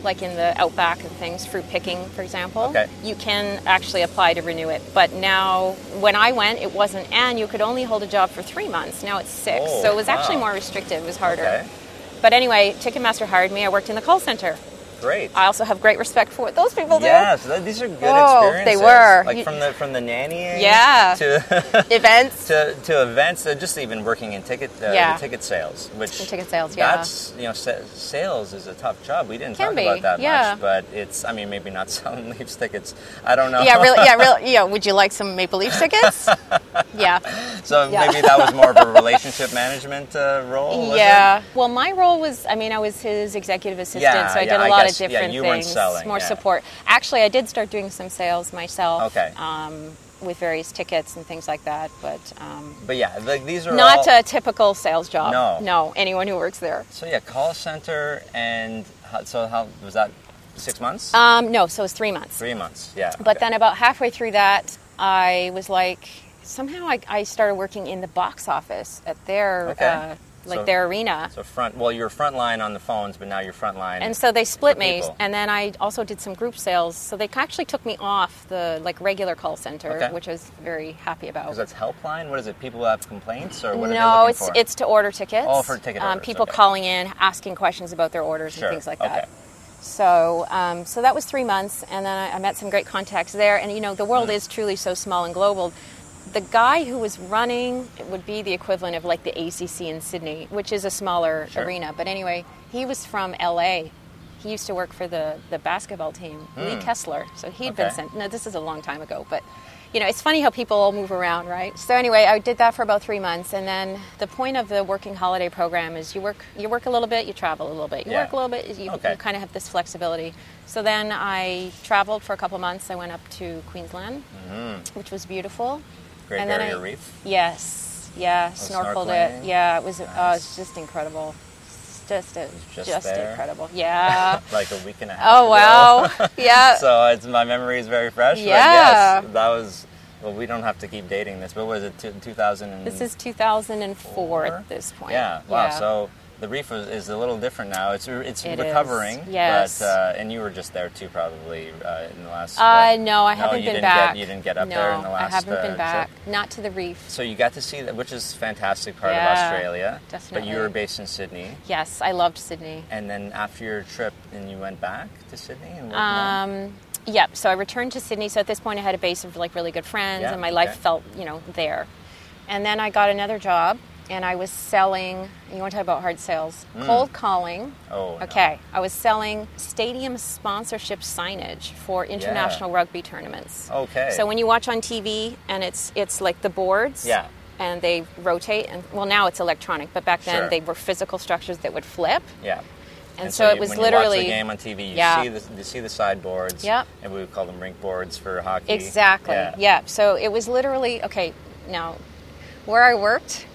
like in the outback and things, fruit picking, for example,
Okay.
you can actually apply to renew it. But now, when I went, it wasn't, and you could only hold a job for three months. Now it's six.
Oh,
so it was actually
wow.
more restrictive, it was harder.
Okay.
But anyway, Ticketmaster hired me. I worked in the call center.
Great.
I also have great respect for what those people do.
yeah, so that, these are good
Oh, they
experiences.
were.
Like
You-
from the from the nannying
Yeah.
to
<laughs> Events.
to, to events, uh, just even working in ticket uh,
Yeah.
the ticket sales, which
In ticket sales, yeah.
That's you know sa- sales is a tough job. We didn't
Can
talk
be,
about that
yeah.
much, but it's I mean maybe not <laughs> selling Leafs tickets. I don't know.
Yeah, really. Yeah, really. Yeah. Would you like some Maple Leaf tickets? yeah.
<laughs> so
yeah.
maybe that was more of a relationship management uh, role. was it?
yeah. Well, my role was I mean, I was his executive assistant,
Yeah,
so I did
yeah,
a
I
lot
guess,
of
yeah,
different
you weren't
things.
selling,
more
yeah.
support. Actually, I did start doing some sales myself.
Okay.
Um, with various tickets and things like that, but um,
But yeah, like these are
not
all,
a typical sales job.
No.
No, anyone who works there.
So yeah, call center and how, so how was that? Six months?
Um, no, so it was three months.
Three months. Yeah.
But
okay.
then about halfway through that, I was like, somehow I, I started working in the box office at their
Okay.
uh, like
So-
their arena.
So front, well, you're front line on the phones, but now you're front line.
and so they split
for
me,
people.
and then I also did some group sales. So they actually took me off the like regular call center,
Okay.
which I was very happy about.
because that's helpline. What is it? People who have complaints or what? are they
no,
looking
it's
for?
it's to order tickets.
Oh, for ticket
um,
orders,
people
okay.
calling in, asking questions about their orders
Sure,
and things like
okay.
that. So, um, so that was three months, and then I, I met some great contacts there. And you know, the
Mm.
world is truly so small and global. The guy who was running would be the equivalent of like the ACC in Sydney, which is a smaller
Sure.
arena. But anyway, he was from LA. He used to work for the, the basketball team, Lee Kessler. So he'd been
Mm. Okay.
sent. No, this is a long time ago, but you know, it's funny how people all move around, right? So anyway, I did that for about three months, and then the point of the working holiday program is you work you work a little bit, you travel a little bit, you
Yeah.
work a little bit, you,
Okay.
you kind of have this flexibility. So then I traveled for a couple months. I went up to Queensland, which was beautiful.
Mm-hmm. Great
and then
Barrier
I,
Reef. Oh,
Yes, yeah, snorkeled
snorkeling.
it. Yeah, it was. Oh,
Nice.
it's just incredible. It's just it,
just
just,
there. <laughs>
incredible. Yeah.
Like a week and a half.
oh
ago.
wow. Yeah.
<laughs> so it's my memory is very fresh.
Yeah.
But yes, that was. Well, we don't have to keep dating this, but was it two- 2000? and-
This is 2004
Four?
at this point.
Yeah. Wow. So the reef is, is a little different now. It's it's
It is,
recovering.
yes.
But uh, and you were just there too, probably uh, in the last.
Uh,
spring.
no, I haven't
you
been
didn't
back.
Get, you didn't get up
no,
there in the last.
I haven't
uh,
been
trip.
back. Not to the reef.
So you got to see that, which is a fantastic part of
Yeah,
Australia. But
definitely.
you were based in Sydney,
Yes, I loved Sydney.
and then after your trip, then you went back to Sydney and worked more?
Um, yep. So I returned to Sydney. So at this point, I had a base of like really good friends,
Yeah,
and my
okay.
life felt you know there. And then I got another job, and I was selling. You want to talk about hard sales? Cold calling.
Hmm. Oh, no.
Okay. I was selling stadium sponsorship signage for international rugby tournaments.
Okay.
So when you watch on TV, and it's it's like the boards.
Yeah.
And they rotate, and well, now it's electronic, but back then
Sure.
they were physical structers that would flip.
Yeah.
And so it
you-
was
when you watch
literally-
the game on TV. You
Yeah.
see the you see the sideboards.
Yep.
And we would call them rink boards for hockey.
Exactly.
Yeah.
Yeah. So it was literally okay. Now, where I worked,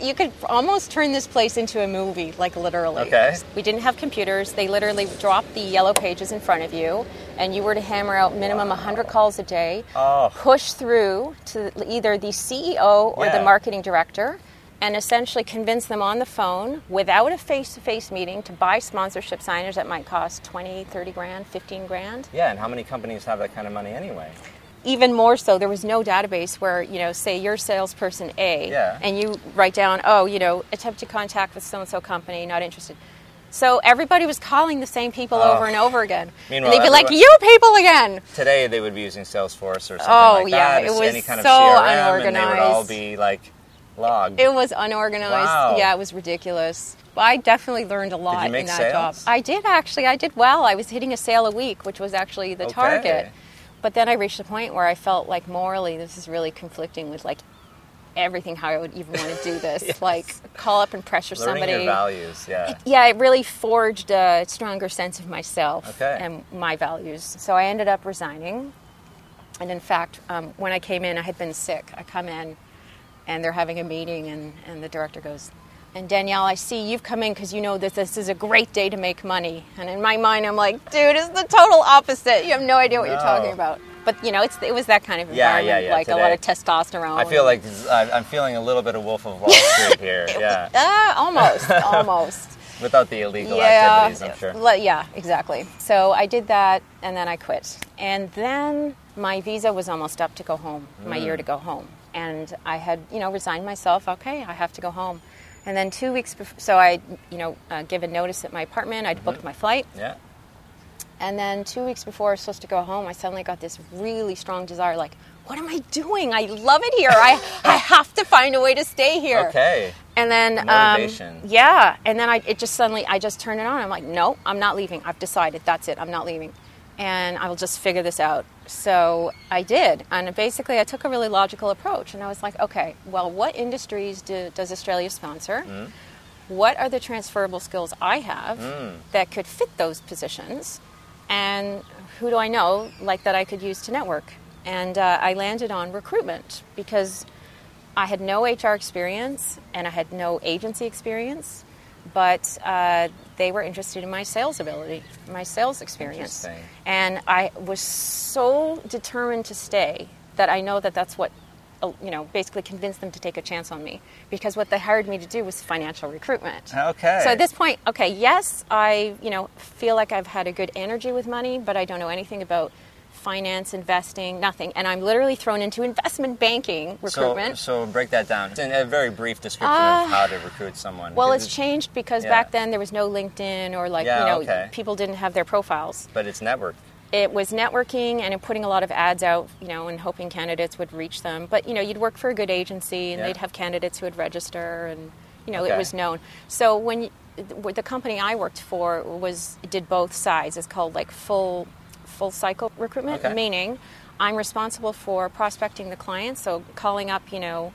you could almost turn this place into a movie, like literally.
Okay.
We didn't have computers. They literally dropped the yellow pages in front of you, and you were to hammer out minimum 100 calls a day,
Oh.
push through to either the CEO or
Yeah.
the marketing director. And essentially convince them on the phone without a face to face meeting to buy sponsorship signage that might cost 20, 30 grand, 15 grand
Yeah. And how many companies have that kind of money anyway?
even more so there was no database where you know say you're salesperson a
Yeah.
and you write down oh you know attempt to contact with so and so company not interested so everybody was calling the same people over and over again
Oh. Meanwhile,
and they'd be like
everyone-
you people again
Today they would be using Salesforce or something
Oh,
like
yeah,
that.
it
It's
was
any kind
so
of CRM, and they would all
unorganized.
be like logged.
it was unorganized
Wow.
yeah it was ridiculous i definitely learned a lot
make
in that
sales?
job i did actually i did well i was hitting a sale a week which was actually the
Okay.
target but then i reached a point where i felt like morally this is really conflicting with like everything how i would even want to do
<laughs>
this like call up and pressure
Learning
somebody
your values. Yeah.
yeah, it really forged a stronger sense of myself
Okay.
and my values. So I ended up resigning. And in fact, um, when I came in, I had been sick. I come in and they're having a meeting, and, and the director goes, And Danielle, I see you've come in because you know that this is a great day to make money. And in my mind, I'm like, dude, it's the total opposite. You have no idea what
No.
you're talking about. But, you know, it's, it was that kind of
Yeah, yeah,
environment,
yeah,
like a lot of
today.
testosterone.
I feel like z- I- I'm feeling a little bit of Wolf of Wall
<laughs>
Street here. Yeah.
Ah,
<laughs>
almost, almost.
Without the illegal activities, I'm sure.
Le- yeah, exactly. So I did that and then I quit. And then my visa was almost up to go home, my year
Mm.
to go home. And I had, you know, resigned myself, okay, I have to go home. And then two weeks before, so I, you know, uh, given notice at my apartment, I'd booked my flight.
Mm-hmm. Yeah.
And then two weeks before I was supposed to go home, I suddenly got this really strong desire like, what am I doing? I love it here. I, I have to find a way to stay here.
Okay.
And then, um,
Motivation.
yeah. And then I, it just suddenly, I just turned it on. I'm like, no, I'm not leaving. I've decided. That's it. I'm not leaving. And I will just figure this out. So I did. And basically, I took a really logical approach. And I was like, okay, well, what industries do, does Australia sponsor? What are the transferable skills I have that could fit those positions? And who do I know like that I could use to network? And uh, I landed on recruitment because I had no HR experience and I had no agency experience, but uh, they were interested in my sales ability, my sales experience.
Interesting.
And I was so determined to stay that I know that that's what uh, you know, basically convinced them to take a chance on me because what they hired me to do was financial recruitment.
Okay.
So at this point, okay, yes, I, you know, feel like I've had a good energy with money, but I don't know anything about finance, investing, nothing. And I'm literally thrown into investment banking
So,
recruitment. Ah.
so break that down. In a very brief description of how to recruit someone.
well,
Because
it's changed because
yeah.
back then there was no LinkedIn or like,
Yeah,
you know,
okay.
people didn't have their profiles.
But it's networked.
it was networking and putting a lot of ads out, you know, and hoping candidates would reach them. But you know, you'd work for a good agency, and
Yeah.
they'd have candidates who would register, and you know,
Okay.
it was known. So when y- the the company I worked for was did both sides. It's called like full full cycle recruitment,
Okay.
meaning I'm responsible for prospecting the clients, so calling up, you know,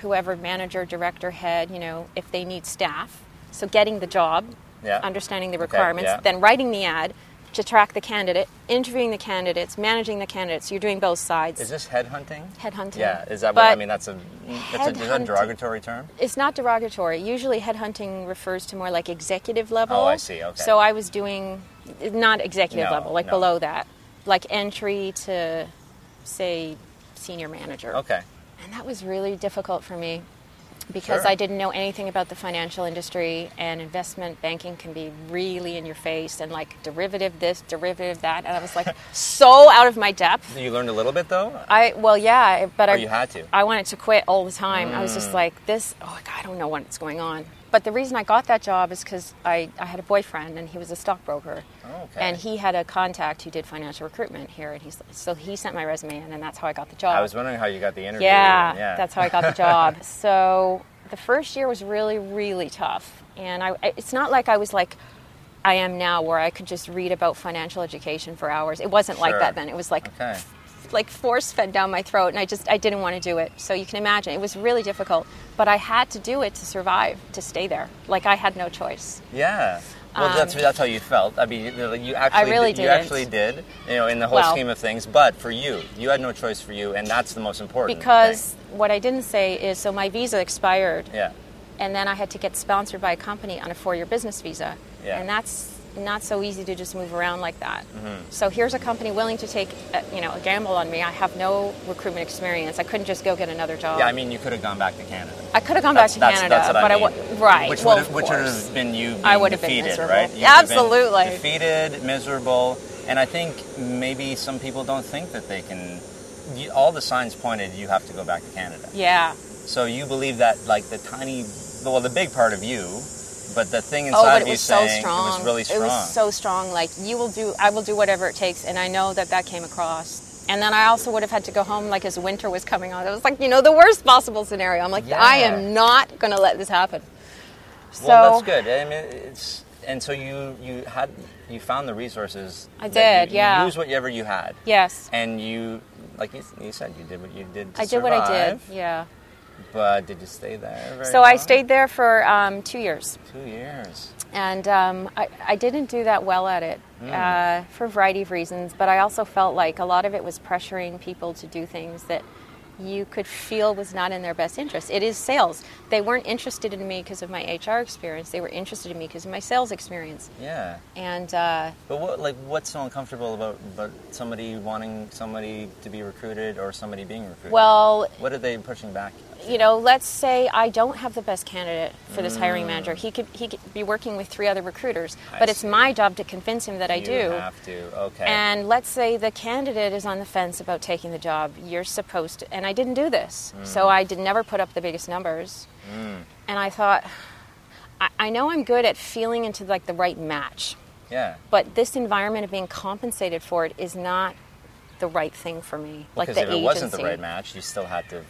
whoever manager, director, head, you know, if they need staff. So getting the job,
Yeah.
understanding the
Okay,
requirements,
yeah.
then writing the ad to track the candidate, interviewing the candidates, managing the candidates. You're doing both sides.
Is this headhunting?
Headhunting.
Yeah. Is that what I
But
mean? That's a that's a, is that a
headhunting-
derogatory term.
it's not derogatory. Usually, headhunting refers to more like executive level.
Oh, I see, okay.
So I was doing not executive
No,
level, like
no.
below that, like entry to, say, senior manager.
Okay.
And that was really difficult for me because
Sure.
I didn't know anything about the financial industry and investment banking can be really in your face and like derivative this, derivative that. And I was
<laughs>
like so out of my depth.
You learned a little bit though.
I uh, well yeah, but I
Oh, you had to. Mm.
I wanted to quit all the time. I was just like this oh god, I don't know what's going on. But the reason I got that job is cuz I, I had a boyfriend and he was a stockbroker.
Okay.
And he had a contact who did financial recruitment here and he's so he sent my resume in and that's how I got the job.
I was wondering how you got the interview.
Yeah,
and- yeah.
that's how I got the job. so the first year was really, really tough, and I, I- it's not like I was like I am now, where I could just read about financial education for hours. It wasn't like
Sure.
that then. It was like
<laughs> Okay.
like force fed down my throat, and I just I didn't want to do it. So you can imagine it was really difficult, but I had to do it to survive, to stay there. Like I had no choice.
Yeah. Well, that's that's how you felt. I mean, you, you actually
Um, really
did, you
didn't.
actually did, you know, in the whole
Well-
scheme of things. But for you, you had no choice for you, and that's the most important.
Because what I didn't say is, so my visa expired.
thing. yeah,
and then I had to get sponsored by a company on a four-year business visa,
Yeah.
and that's not so easy to just move around like that.
Mm-hmm.
So here's a company willing to take, a, you know, a gamble on me. I have no recruitment experience. I couldn't just go get another job.
yeah. I mean, you could have gone back to Canada.
I could have gone
That's,
back to
that's,
Canada,
that's what
but I
I mean.
would right.
Which
well,
would have,
of
which would
course.
have been you. Being
I would have been
defeated,
miserable.
right? You would have been
Absolutely.
defeated, miserable, and I think maybe some people don't think that they can. You, all the signs pointed you have to go back to Canada.
Yeah.
So you believe that like the tiny, well, the big part of you, but the thing
Oh,
inside
but
of
it
you
was so
saying
strong.
it was really strong.
It was so strong. Like you will do, I will do whatever it takes, and I know that that came across. And then I also would have had to go home like as winter was coming on. It was like you know the worst possible scenario. I'm like I
Yeah.
am not going to let this happen. So
well, that's good. I mean, it's and so you you had you found the resources.
I
that
did,
You,
yeah.
You used whatever you had.
yes,
And you, like you, you said, you did what you did. To
I did what I did. Yeah.
But did you stay there? Very
So I
long?
stayed there for um, two years.
two years.
and um, I, I didn't do that well at it
Hmm.
uh, for a variety of reasons. But I also felt like a lot of it was pressuring people to do things that you could feel was not in their best interest. It is sales. They weren't interested in me because of my HR experience. They were interested in me because of my sales experience.
Yeah.
And uh,
But what, like, what's so uncomfortable about about somebody wanting somebody to be recruited or somebody being recruited?
well,
what are they pushing back?
you know, let's say I don't have the best candidate for this hiring manager. He could he could be working with three other recruiters,
Hmm. I
but it's
see.
my job to convince him that I
you
do.
have to. Okay.
And let's say the candidate is on the fence about taking the job. You're supposed to, and I didn't do this.
Mm.
So I did never put up the biggest numbers. And I thought, I, I know I'm good at feeling into like the right match,
yeah.
but this environment of being compensated for it is not the right thing for me. like
because
the
if it
agency,
wasn't the right match, you still had to.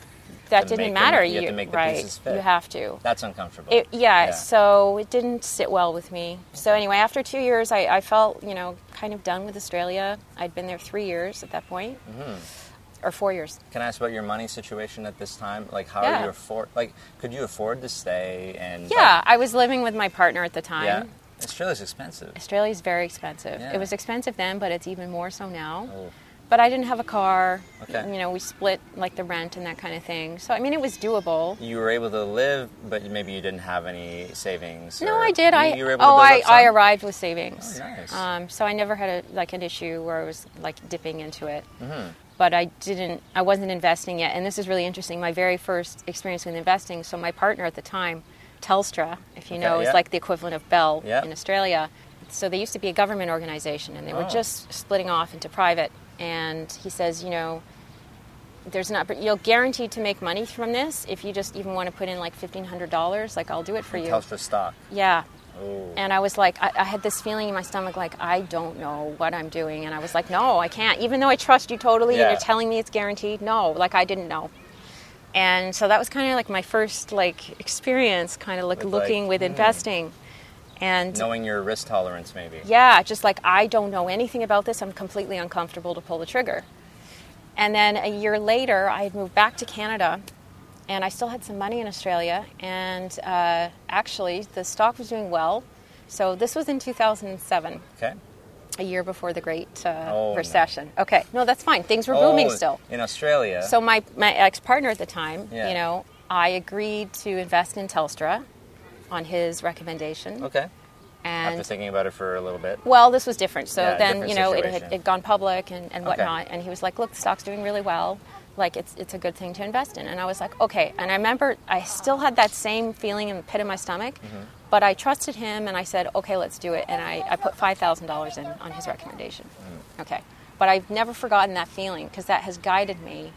that
to make
didn't
the-
matter.
you have
you
to make the
right?
pieces fit.
You have to.
That's uncomfortable.
It, yeah, so it didn't sit well with me. So anyway, after two years, I, I felt you know kind of done with Australia. I'd been there three years at that point,
Mm-hmm.
or four years.
Can I ask about your money situation at this time? Like, how
Yeah.
are you afford? Like, could you afford to stay? And
Yeah, I was living with my partner at the time.
like, yeah. Australia's expensive.
Australia's very expensive.
Yeah.
It was expensive then, but it's even more so now.
Oh.
But I didn't have a car.
Okay.
You know, we split like the rent and that kind of thing. So I mean, it was doable.
You were able to live, but maybe you didn't have any savings.
No,
or-
I did.
You-
I
you were able to
oh,
build up
I, I
some?
arrived with savings.
Oh, nice. Mm-hmm.
Um, so I never had a, like an issue where I was like dipping into it. but I didn't I wasn't investing yet. And this is really interesting. My very first experience with investing, so my partner at the time, Telstra, if you
Okay,
know,
yeah.
is like the equivalent of Bell
Yeah.
in Australia. So they used to be a government organization and they were
Oh.
just splitting off into private. And he says, you know, there's not but you'll guaranteed to make money from this if you just even want to put in like $1500 like I'll do it for you.
Telstra stock.
Yeah.
Oh.
And I was like, I, I had this feeling in my stomach, like, I don't know what I'm doing. And I was like, no, I can't. Even though I trust you totally
Yeah.
and you're telling me it's guaranteed, no, like, I didn't know. And so that was kind of like my first, like, experience, kind of like
With, like,
looking with
hmm.
investing. And
Knowing your risk tolerance, maybe.
yeah, just like, I don't know anything about this. I'm completely uncomfortable to pull the trigger. And then a year later, I had moved back to Canada and I still had some money in Australia. And uh, actually, the stock was doing well. So this was in 2007,
Okay.
a year before the Great uh,
Oh, no.
Recession. Okay, no, that's fine. Things were booming
Oh,
still.
In Australia.
So my, my ex partner at the time,
Yeah.
you know, I agreed to invest in Telstra on his recommendation.
Okay.
And
After thinking about it for a little bit.
well, this was different. So
Yeah,
then,
different
you know, it had
situation.
it had gone public and, and whatnot. And he was like, look, the stock's doing really well. Like, it's, it's a good thing to invest in. And I was like, okay. And I remember I still had that same feeling in the pit of my stomach,
Mm-hmm.
but I trusted him and I said, okay, let's do it. And I, I put $5,000 in on his recommendation.
Mm.
Okay. But I've never forgotten that feeling because that has guided me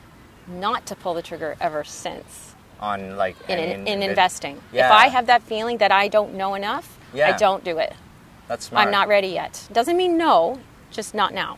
not to pull the trigger ever since
On like
in,
any
in, in
individ-
investing.
Yeah.
If I have that feeling that I don't know enough,
Yeah.
I don't do it.
That's smart.
I'm not ready yet. Doesn't mean no, just not now.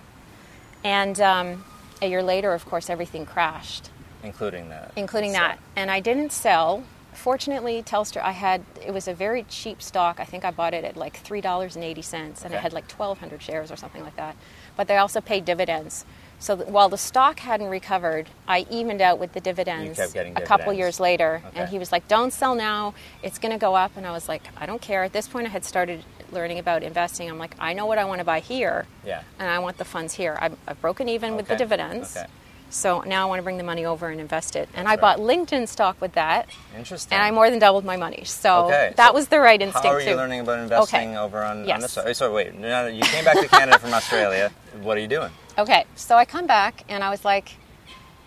And um, a year later, of course, everything crashed,
Including that.
including
So-
that. And I didn't sell. Fortunately, Telstra, I had it was a very cheap stock. I think I bought it at like three dollars and eighty cents, and I
Okay.
had like 1,200 shares or something like that. But they also paid dividends. So that while the stock hadn't recovered, I evened out with the dividends
kept getting
a couple
dividends.
years later. And
Okay.
he was like, "Don't sell now; it's going to go up." And I was like, "I don't care." At this point, I had started learning about investing. I'm like, "I know what I want to buy here,
Yeah.
and I want the funds here. I'm, I've broken even with the
Okay.
dividends,
Okay.
so now I want to bring the money over and invest it." And I
That's right.
bought LinkedIn stock with that,
Interesting.
and I more than doubled my money. So
Okay,
that
so
was the right instinct
How are you
too.
learning about investing
Okay.
over on, on
Yes.
this? oh, Sorry, wait. No, no, you came back to Canada from Australia. What are you doing?
Okay, so I come back and I was like,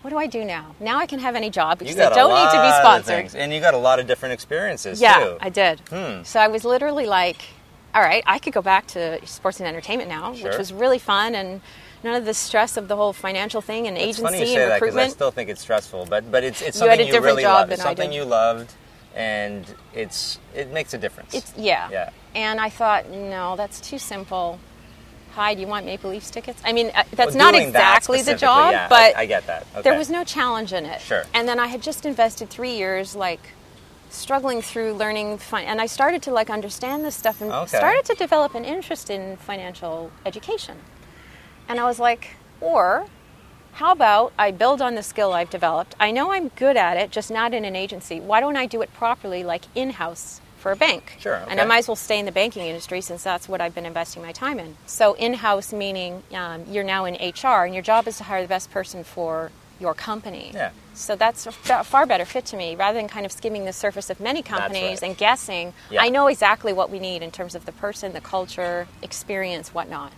"What do I do now? Now I can have any job
You
because
got
I
a
don't need to be
lot of
sponsored."
things, and you got a lot of different experiences
Yeah,
too. Hmm.
I did. So I was literally like, all right, I could go back to sports and entertainment now,
Sure.
which was really fun and none of the stress of the whole financial thing and
It's funny
agency
you say
and
that because I
recruitment.
still think it's stressful, but but it's it's
You had
something
a
you,
different
really
job
loved. It's
than I
something
did.
you loved, and it's it makes a difference.
It's yeah.
Yeah.
And I thought, no, that's too simple. Hi, do you want Maple Leafs tickets? I mean, uh,
Well,
that's not
doing that
exactly the
specifically,
job,
yeah, I-
but
I, get that. Okay.
there was no challenge in it.
Sure.
And then I had just invested three years, like struggling through learning, fin- and I started to like understand this stuff and
Okay.
started to develop an interest in financial education. And I was like, or how about I build on the skill I've developed? I know I'm good at it, just not in an agency. Why don't I do it properly, like in house for a bank?
Sure,
And I
okay.
might as well stay in the banking industry since that's what I've been investing my time in. So, in house meaning um, you're now in HR and your job is to hire the best person for your company.
Yeah.
So, that's a fa- far better fit to me rather than kind of skimming the surface of many companies
right.
and guessing.
Yeah.
I know exactly what we need in terms of the person, the culture, experience, whatnot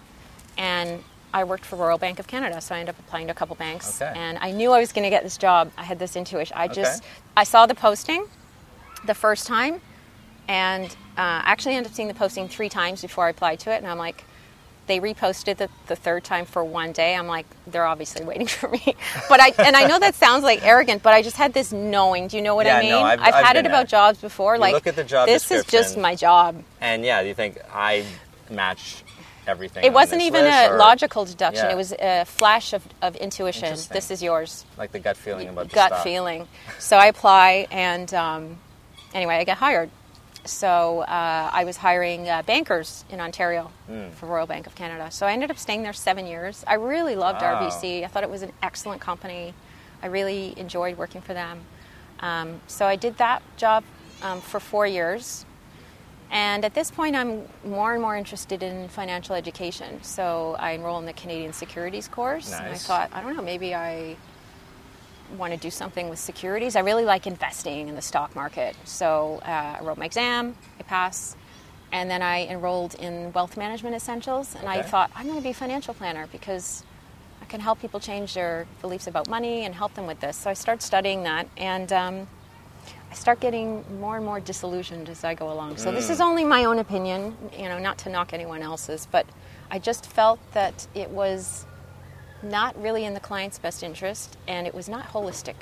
and I worked for Royal Bank of Canada, so I ended up applying to a couple banks.
Okay.
And I knew I was going to get this job. I had this intuition. I just
Okay.
I saw the posting the first time, and uh, actually ended up seeing the posting three times before I applied to it. And I'm like, they reposted the, the third time for one day. I'm like, they're obviously waiting <laughs> for me. But I and I know that sounds like arrogant, but I just had this knowing. Do you know what
Yeah,
I mean?
no, I've- I've
had it
been
about
there.
jobs before.
You
like,
look at the job
this is just
description.
my job.
and yeah, you think I match everything.
It
on
wasn't
this
even
list,
a
or,
logical deduction.
Yeah.
It was a flash of, of intuition.
Interesting.
This is yours.
like the gut feeling about the
Gut
stock.
feeling. So I apply, and um, anyway, I get hired. So uh, I was hiring uh, bankers in Ontario
Hmm.
for Royal Bank of Canada. So I ended up staying there seven years. I really loved
Wow.
RBC. I thought it was an excellent company. I really enjoyed working for them. Um, so I did that job um, for four years. And at this point, I'm more and more interested in financial education. So I enroll in the Canadian Securities course. And I
Nice.
thought, I don't know, maybe I want to do something with securities. I really like investing in the stock market. So uh, I wrote my exam, I passed. And then I enrolled in Wealth Management Essentials. And I
Okay.
thought, I'm going to be a financial planner because I can help people change their beliefs about money and help them with this. So I start studying that, and um, I start getting more and more disillusioned as I go along. So
Mm.
this is only my own opinion, you know, not to knock anyone else's, but I just felt that it was not really in the client's best interest, and it was not holistic.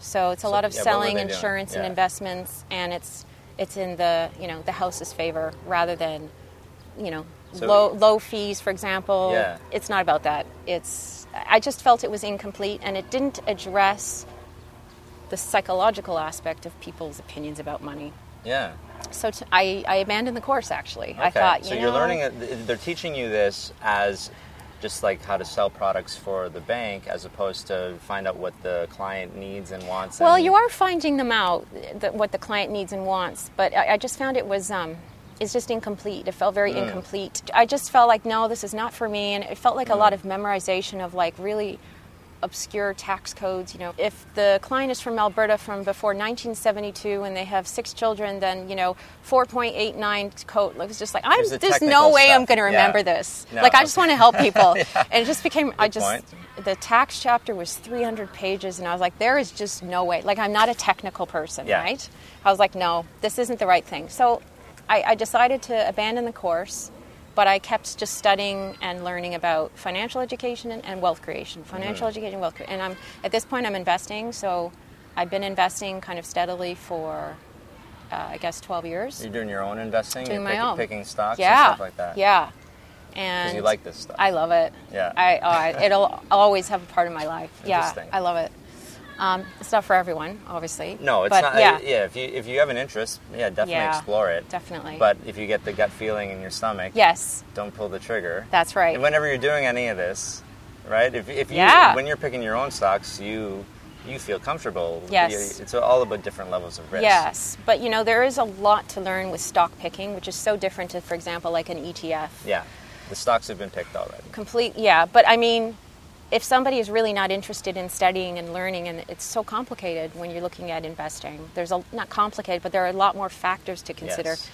So it's a lot of
yeah, what were
selling
they doing?
insurance and
Yeah.
investments, and it's it's in the you know the house's favor rather than you know
So-
low low fees, for example.
Yeah.
It's not about that. It's I just felt it was incomplete, and it didn't address the psychological aspect of people's opinions about money.
Yeah.
So t- I, I abandoned the course. Actually, I
Okay.
thought you
so
know,
you're learning it- th- they're teaching you this as just like how to sell products for the bank as opposed to find out what the client needs and wants.
Well,
and-
you are finding them out that what the client needs and wants, but I, I just found it was um, it's just incomplete. It felt very incomplete. I just felt like no, this is not for me, and it felt like a lot of memorization of like really obscure tax codes. You know, if the client is from Alberta from before 1972 and they have six children, then you know 4.89 code. Like, It's just like I'm.
There's the
There's no
technical
way I'm
stuff.
going to
Yeah.
remember this.
No.
Like I just want to help
<laughs>
people, and it just became. I just
point.
the tax chapter was 300 pages and i was like there is just no way like i'm not a technical person
Yeah.
right i was like no this isn't the right thing so I, I decided to abandon the course but i kept just studying and learning about financial education and, and wealth creation financial education wealth creation and i'm at this point i'm investing so i've been investing kind of steadily for uh, i guess 12 years
You're doing your own investing.
doing
you're
my
picking,
own
picking stocks
yeah
and stuff like that.
yeah and
you like this stuff.
I love it.
Yeah.
I, oh,
<laughs>
I it'll always have a part of my life. Yeah.
Interesting.
I love it. Um, it's not for everyone, obviously.
No, it's
but
not. uh,
Yeah.
Yeah. yeah, if you if you have an interest, yeah, definitely
Yeah,
explore it.
definitely.
But if you get the gut feeling in your stomach,
Yes,
don't pull the trigger.
that's right.
And whenever you're doing any of this, right? If, if you
Yeah.
when you're picking your own stocks, you you feel comfortable.
Yes.
You- it's all about different levels of risk.
Yes, but you know there is a lot to learn with stock picking, which is so different to, for example, like an E ETF.
Yeah. The stocks have been picked already.
Complete. Yeah, but I mean, if somebody is really not interested in studying and learning, and it's so complicated when you're looking at investing, there's a not complicated, but there are a lot more factors to consider,
Yes.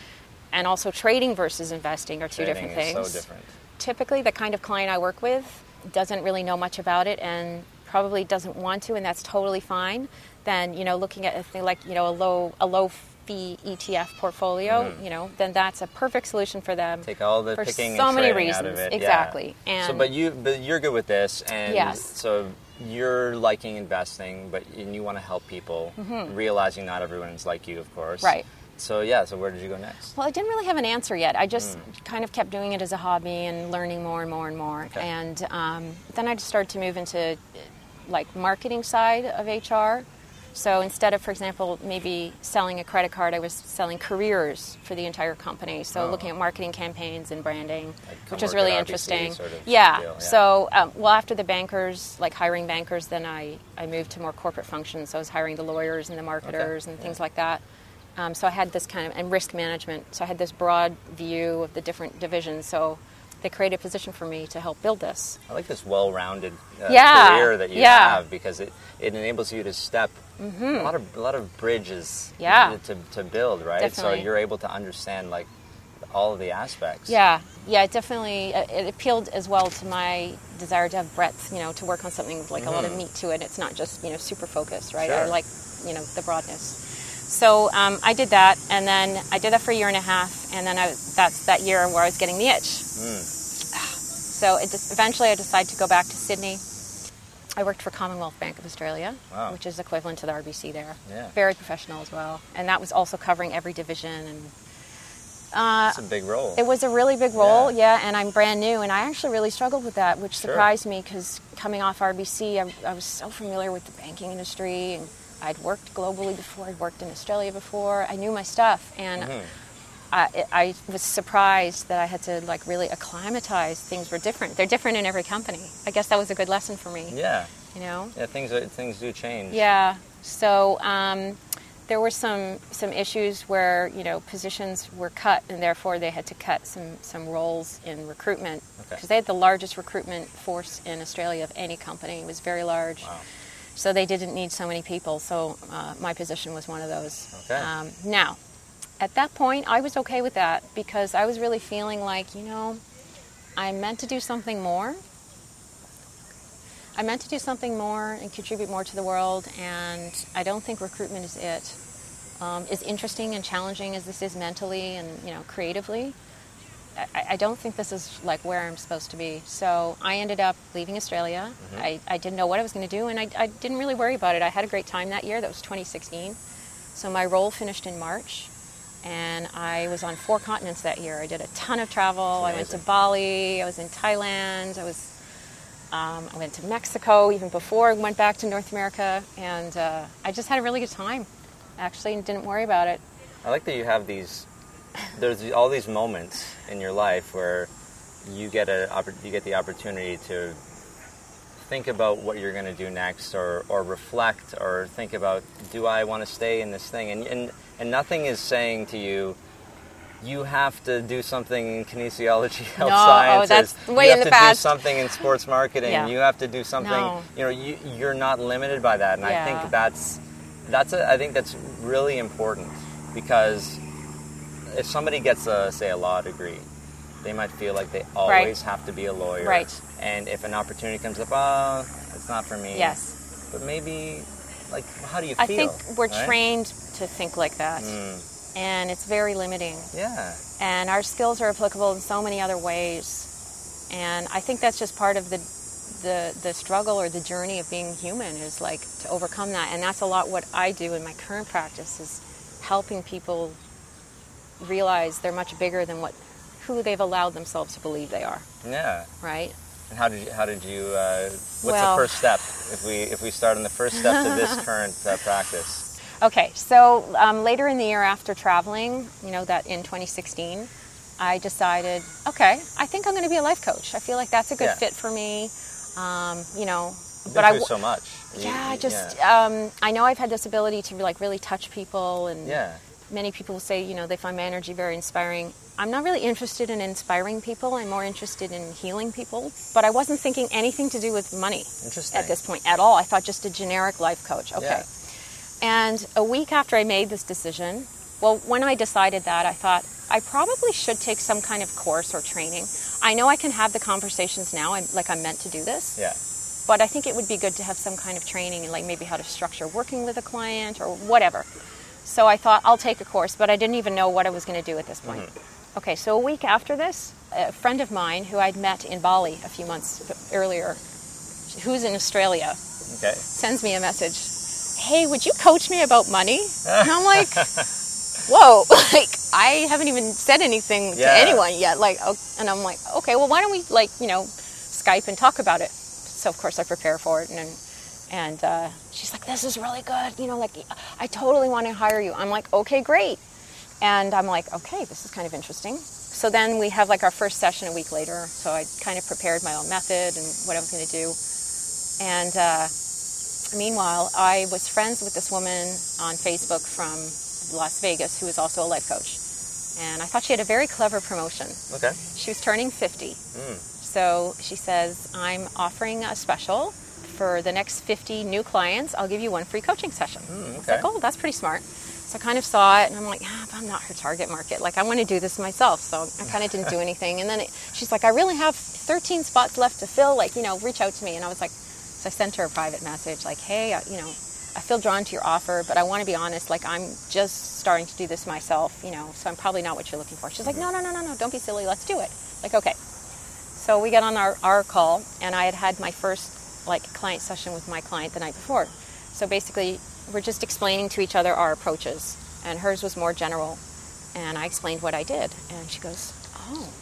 and also trading versus investing are two
Trading
different
is
things.
so different.
typically the kind of client I work with doesn't really know much about it and probably doesn't want to, and that's totally fine. Then you know, looking at a thing like you know a low a low fee ETF portfolio, you know, then that's a perfect solution for them.
Mm-hmm. Take all the
for
picking
so
and
many
trading
reasons,
out of it. yeah.
exactly. And
so, but you but you're good with this, and
Yes.
so you're liking investing, but and you want to help people, realizing not everyone's like you, of course.
Mm-hmm. Right.
So yeah. So where did you go next?
Well, I didn't really have an answer yet. I just kind of kept doing it as a hobby and learning more and more and more.
Hmm. Okay.
And um, then I just started to move into uh, like marketing side of HR. So instead of, for example, maybe selling a credit card, I was selling careers for the entire company. So
Oh.
looking at marketing campaigns and branding,
come
which was
work at
really
RBC
interesting.
sort of
yeah.
deal, yeah.
So um, well, after the bankers, like hiring bankers, then I I moved to more corporate functions. So I was hiring the lawyers and the marketers and things
yeah.
like that. Um, so I had this kind of, and risk management. So I had this broad view of the different divisions. So they created a position for me to help build this.
I like this well-rounded uh,
Yeah,
career that you
yeah. Mm-hmm.
have because it, it enables you to step a lot of a lot of bridges
Yeah.
to, to build right
Definitely.
so you're able to understand like all of the aspects
Yeah, yeah, it definitely uh, it appealed as well to my desire to have breadth. You know, to work on something with like a lot of meat to it. It's not just you know super focused, right? I
Mm-hmm. Sure.
like you know the broadness. So um, I did that, and then I did that for a year and a half, and then I was, that's that year where I was getting the itch. <sighs>
Mm.
So it just, eventually, I decided to go back to Sydney. I worked for Commonwealth Bank of Australia,
Wow.
which is equivalent to the RBC there.
Yeah.
Very professional as well, and that was also covering every division and
it's a big role
it was a really big role,
Yeah.
yeah. and I'm brand new, and I actually really struggled with that, which
Sure.
surprised me because coming off RBC, I, I was so familiar with the banking industry, and I'd worked globally before, I'd worked in Australia before, I knew my stuff, and
Mm-hmm.
I, it- I was surprised that I had to like really acclimatize. Things were different; they're different in every company. I guess that was a good lesson for me,
yeah
you know.
yeah things are- things do change
Yeah. So um, there were some some issues where you know positions were cut, and therefore they had to cut some some roles in recruitment
Okay.
because they had the largest recruitment force in Australia of any company. It was very large.
Wow.
So they didn't need so many people. So uh, my position was one of those.
Okay.
Um, now, at that point, I was okay with that because I was really feeling like you know, I meant to do something more I meant to do something more and contribute more to the world, and I don't think recruitment is it. Um, as interesting and challenging as this is mentally and you know creatively, I, I don't think this is like where I'm supposed to be. So I ended up leaving Australia. I, I didn't know what I was going to do, and I, I didn't really worry about it. I had a great time that year. That was 2016. So my role finished in March, and I was on four continents that year. I did a ton of travel. I went to
amazing.
Bali. I was in Thailand. I was um, I went to Mexico even before I went back to North America, and uh, I just had a really good time, actually, and didn't worry about it.
I like that you have these. There's all these moments in your life where you get a oppor- you get the opportunity to think about what you're going to do next, or or reflect, or think about do I want to stay in this thing? And and and nothing is saying to you. You have to do something
<laughs>
in kinesiology, health
No, oh,
sciences.
that's way
you
in
have
the
to do
past.
something in sports marketing.
Yeah.
You have to do something.
No.
You know, you, you're not limited by that, and I
Yeah.
think that's that's a, I think that's really important because if somebody gets a say a law degree, they might feel like they always have to be a lawyer.
Right.
And if an opportunity comes up, oh, it's not for me.
Yes,
But maybe, like, how do you
I
feel?
think we're
right? Mm.
trained to think like that, and it's very limiting.
Yeah.
And our skills are applicable in so many other ways, and I think that's just part of the the the struggle or the journey of being human is like to overcome that, and that's a lot what I do in my current practice is helping people realize they're much bigger than what who they've allowed themselves to believe they are.
Yeah.
Right?
And how did you, how did you uh, what's
Well-
the first step if we if we start on the first step to
<laughs>
this current uh, practice?
Okay, so um, later in the year after traveling, you know, that in 2016, I decided, okay, I think I'm going to be a life coach. I feel like that's a good
Yeah.
fit for me. Um, you know,
You've
but
been
I,
through
w-
so much. You-
yeah, I
you-
just,
yeah.
Um, I know I've had this ability to like really touch people, and
Yeah.
many people say, you know, they find my energy very inspiring. I'm not really interested in inspiring people. I'm more interested in healing people. But I wasn't thinking anything to do with money
Interesting.
at this point at all. I thought just a generic life coach. Okay.
Yeah.
And a week after I made this decision, well, when I decided that, I thought I probably should take some kind of course or training. I know I can have the conversations now, I'm, like I'm meant to do this,
Yeah.
but I think it would be good to have some kind of training, and like maybe how to structure working with a client or whatever. So I thought I'll take a course, but I didn't even know what I was going to do at this point. Okay, so a week after this, a friend of mine who I'd met in Bali a few months earlier, who's in Australia,
Okay.
sends me a message hey would you coach me about money and i'm like whoa <laughs> like i haven't even said anything
Yeah.
to anyone yet like oh, and i'm like okay well why don't we like you know skype and talk about it so of course i prepare for it and then and uh, she's like this is really good you know like i totally want to hire you i'm like okay great and i'm like okay this is kind of interesting so then we have like our first session a week later so i kind of prepared my own method and what i was going to do and uh, meanwhile, I was friends with this woman on Facebook from Las Vegas who was also a life coach. And I thought she had a very clever promotion.
Okay.
She was turning 50. So she says, I'm offering a special for the next 50 new clients. I'll give you one free coaching session. I was
okay.
like, oh, that's pretty smart. So I kind of saw it and I'm like, ah, but I'm not her target market. Like, I want to do this myself. So I kind of didn't do anything. And then it, she's like, I really have 13 spots left to fill. Like, you know, reach out to me. And I was like, so I sent her a private message, like, hey, I, you know, I feel drawn to your offer, but I want to be honest. Like, I'm just starting to do this myself, you know, so I'm probably not what you're looking for. She's like, no, no, no, no, no, don't be silly. Let's do it. Like, okay. So we got on our, our call, and I had had my first like client session with my client the night before. So basically, we're just explaining to each other our approaches, and hers was more general. And I explained what I did, and she goes, "Oh,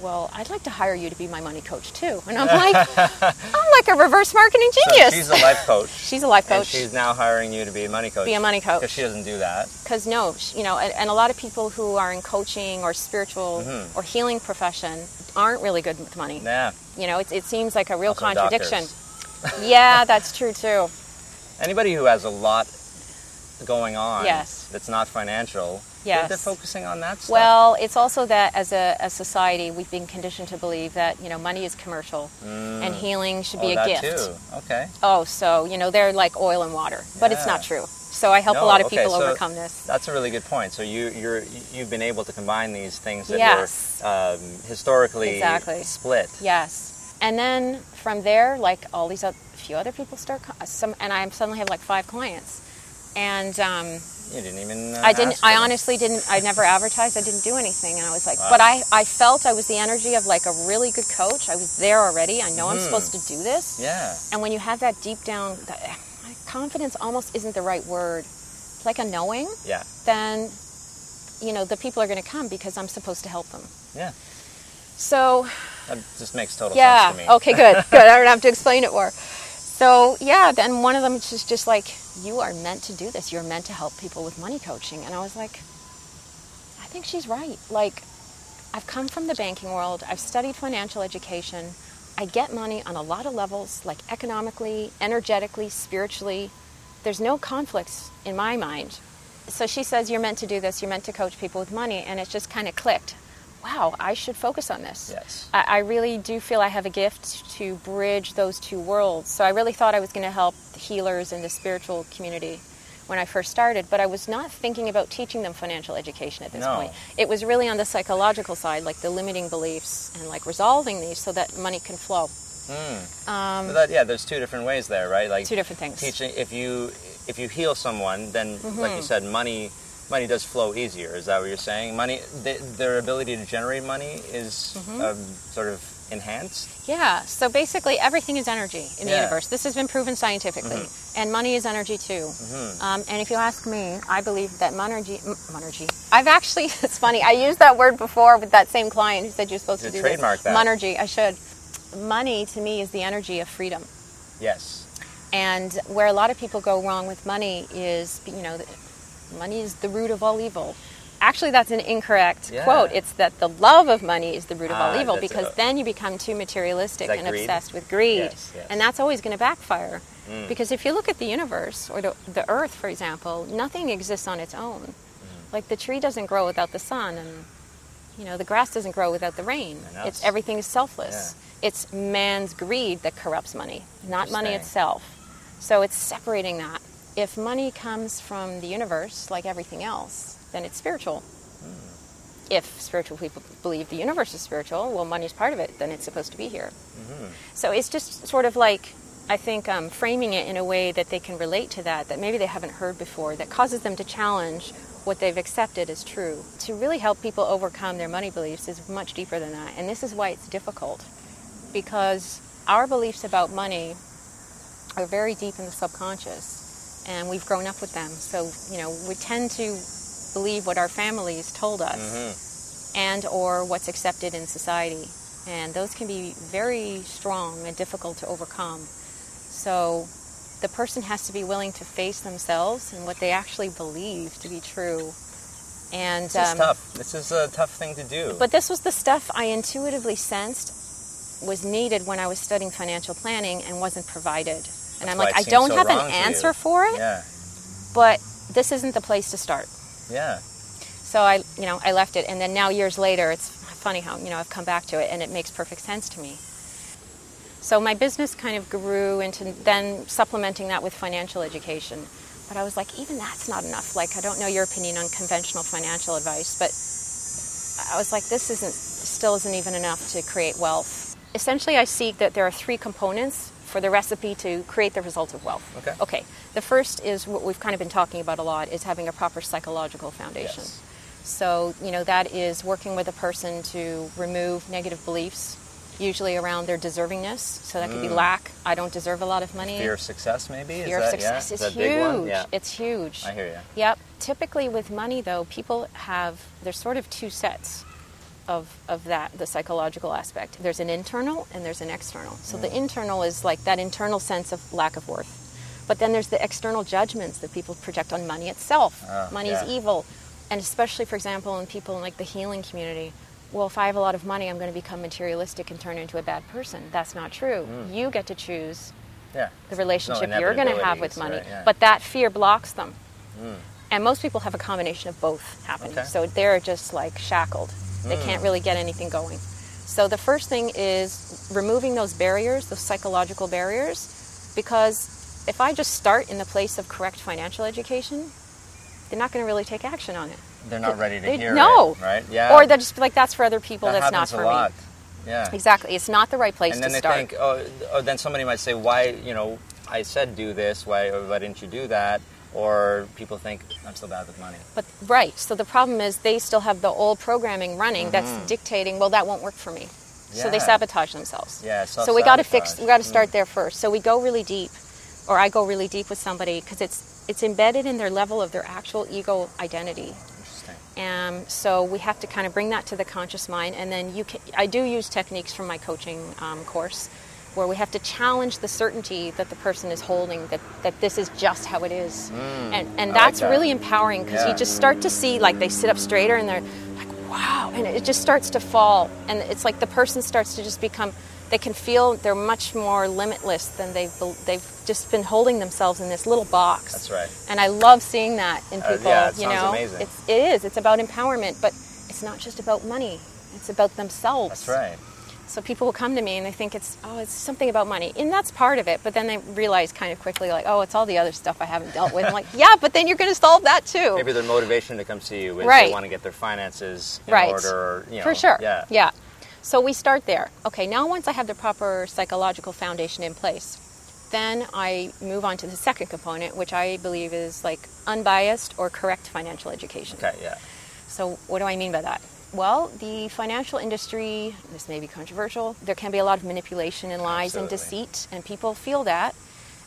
well, I'd like to hire you to be my money coach too." And I'm
<laughs>
like, "I'm like a reverse marketing
So
genius."
she's a life coach.
She's a life
And
coach.
she's now hiring you to be a money coach.
Be a money coach.
Because she doesn't do that.
because no sh- you know and, and a lot of people who are in coaching or spiritual
Mm-hmm.
or healing profession aren't really good with money
Yeah.
you know it, it seems like a real
Also
contradiction
<laughs>
yeah that's true too
Anybody who has a lot going on
Yes.
that's not financial,
Yes.
they're focusing on that stuff.
well it's also that as a, a society we've been conditioned to believe that you know money is commercial and healing should
oh,
be a
that
gift
too. Okay.
oh so you know they're like oil and water but it's
Yeah.
not true so i help
No,
a lot of
okay,
people
so-
overcome this
That's a really good point. So you you're you've been able to combine these things that
Yes.
were um, historically
Exactly.
split.
yes And then from there, like all these other, a few other people start co- some, and I suddenly have like five clients. And um,
You didn't even. Uh,
I didn't.
ask for
I
them.
honestly didn't. I never advertised. I didn't do anything, and I was like,
Wow.
but I, I felt I was the energy of like a really good coach. I was there already. I know I'm supposed to do this.
Mm-hmm. Yeah.
And when you have that deep down, that- confidence almost isn't the right word. It's like a knowing.
Yeah.
Then, you know, the people are going to come because I'm supposed to help them.
Yeah.
So
That just makes total
yeah.
sense to me.
Okay,
<laughs>
good. Good. I don't have to explain it more. So, yeah, then one of them is just, just like, you are meant to do this. You're meant to help people with money coaching. And I was like, I think she's right. Like, I've come from the banking world, I've studied financial education. I get money on a lot of levels, like economically, energetically, spiritually. There's no conflicts in my mind. So she says, You're meant to do this. You're meant to coach people with money. And it just kind of clicked. Wow, I should focus on this.
Yes.
I, I really do feel I have a gift to bridge those two worlds. So I really thought I was going to help the healers in the spiritual community when I first started, but I was not thinking about teaching them financial education at this
No.
point. It was really on the psychological side, like the limiting beliefs and like resolving these so that money can flow.
But that, yeah, there's two different ways there, right? Like
Two different things.
Teaching if you if you heal someone, then
Mm-hmm.
like you said, money money does flow easier. Is that what you're saying? Money, th- their ability to generate money is
Mm-hmm.
um, sort of enhanced.
Yeah, so basically everything is energy in the
Yeah. Mm-hmm.
universe. This has been proven scientifically. And money is energy too. Um, and if you ask me, I believe that monergy, m- monergy, I've actually, <laughs> it's funny, I used that word before with that same client who said you're supposed
You
to do
trademark
this.
that.
Monergy, I should. Money to me is the energy of freedom.
Yes.
And where a lot of people go wrong with money is, you know, money is the root of all evil. Actually, that's an incorrect
Yeah.
quote. It's that the love of money is the root of all
Ah,
evil
that's
because
a-
then you become too materialistic
Is that
and
greed?
obsessed with greed.
Yes, yes. Mm.
And that's always going to backfire. Because if you look at the universe or the, the earth, for example, nothing exists on its own.
Mm.
Like the tree doesn't grow without the sun, and, you know, the grass doesn't grow without the rain.
And
It's
that's-
everything is selfless. It's man's greed that corrupts money, not money
Interesting.
itself. So it's separating that. If money comes from the universe, like everything else, then it's spiritual. If spiritual people believe the universe is spiritual, well, money's part of it, then it's supposed to be here. So it's just sort of like, I think, um, framing it in a way that they can relate to that, that maybe they haven't heard before, that causes them to challenge what they've accepted as true. To really help people overcome their money beliefs is much deeper than that. And this is why it's difficult, because our beliefs about money are very deep in the subconscious, and we've grown up with them. So, you know, we tend to believe what our families told us
Mm-hmm.
and or what's accepted in society and those can be very strong and difficult to overcome so the person has to be willing to face themselves and what they actually believe to be true and
This
um,
is tough. This is a tough thing to do.
but this was the stuff I intuitively sensed was needed when I was studying financial planning and wasn't provided. And I'm
why
like,
it
I
seems
don't
so
have an
wrong to you."
answer for it,
yeah.
but this isn't the place to start.
Yeah.
So I, you know, I left it, and then now years later, it's funny how you know I've come back to it, and it makes perfect sense to me. So my business kind of grew into then supplementing that with financial education. But I was like, even that's not enough. Like, I don't know your opinion on conventional financial advice, but I was like, this isn't, still isn't even enough to create wealth. Essentially, I see that there are three components for the recipe to create the result of wealth.
Okay.
Okay. The first is what we've kind of been talking about a lot is having a proper psychological foundation.
Yes.
So, you know, that is working with a person to remove negative beliefs, usually around their deservingness. So that could be lack, I don't deserve a lot of money.
Mm. Fear of success, maybe.
Fear
is
of
that, yeah?
success
Is that
is
a big one?
huge.
Yeah.
It's huge.
I hear ya.
Yep. Typically with money though, people have there's sort of two sets of of that, the psychological aspect. There's an internal and there's an external. So
Hmm.
the internal is like that internal sense of lack of worth. But then there's the external judgments that people project on money itself.
Ah,
money is
yeah.
evil. And especially for example in people in like the healing community. Well, if I have a lot of money, I'm going to become materialistic and turn into a bad person. That's not true.
Hmm.
You get to choose
yeah.
the relationship
No,
you're going to have
inevitabilities,
with money.
right, yeah. Hmm.
But that fear blocks them. And most people have a combination of both happening.
Okay. Hmm.
So they're just like shackled. They can't really get anything going. So the first thing is removing those barriers, those psychological barriers, because if I just start in the place of correct financial education, they're not going to really take action on it.
They're not ready to
They-
hear
no.
it, right? Yeah.
Or they'll just be like, that's for other people,
That
that's not
happens
for
a lot.
me.
Yeah.
Exactly. It's not the right place
And then
to
they
start.
think, oh, th- oh, then somebody might say, why, you know, I said do this. Why, oh, why didn't you do that? Or people think I'm so bad with money.
But right, so the problem is they still have the old programming running that's dictating. Well, that won't work for me, so they
Mm-hmm. Yeah.
sabotage themselves.
Yeah,
So we got to fix.
self-sabotage. Mm.
We got to start there first. So we go really deep, or I go really deep with somebody because it's it's embedded in their level of their actual ego identity.
Interesting.
Um, so we have to kind of bring that to the conscious mind, and then you can. I do use techniques from my coaching um, course, where we have to challenge the certainty that the person is holding that that this is just how it is, and and
Mm, I like
that's
that.
really empowering because
Yeah.
you just start to see like they sit up straighter and they're like wow, and it just starts to fall, and it's like the person starts to just become. They can feel they're much more limitless than they've bel- they've just been holding themselves in this little box.
That's right.
And I love seeing that in
Uh,
people.
yeah, it
you
sounds
know,
amazing.
It's, it is. It's about empowerment, but it's not just about money. It's about themselves.
That's right.
So people will come to me and they think it's oh, it's something about money, and that's part of it. But then they realize kind of quickly, like, oh, it's all the other stuff I haven't dealt with. I'm like, <laughs> yeah, but then you're going to solve that too.
Maybe their motivation to come see you is
Right.
they want to get their finances in
right.
order. Or, you know,
For sure.
Yeah.
Yeah. So we start there. Okay. Now, once I have the proper psychological foundation in place, then I move on to the second component, which I believe is like unbiased or correct financial education.
Okay. Yeah.
So, what do I mean by that? Well, the financial industry, this may be controversial, there can be a lot of manipulation and lies
Absolutely.
and deceit, and people feel that.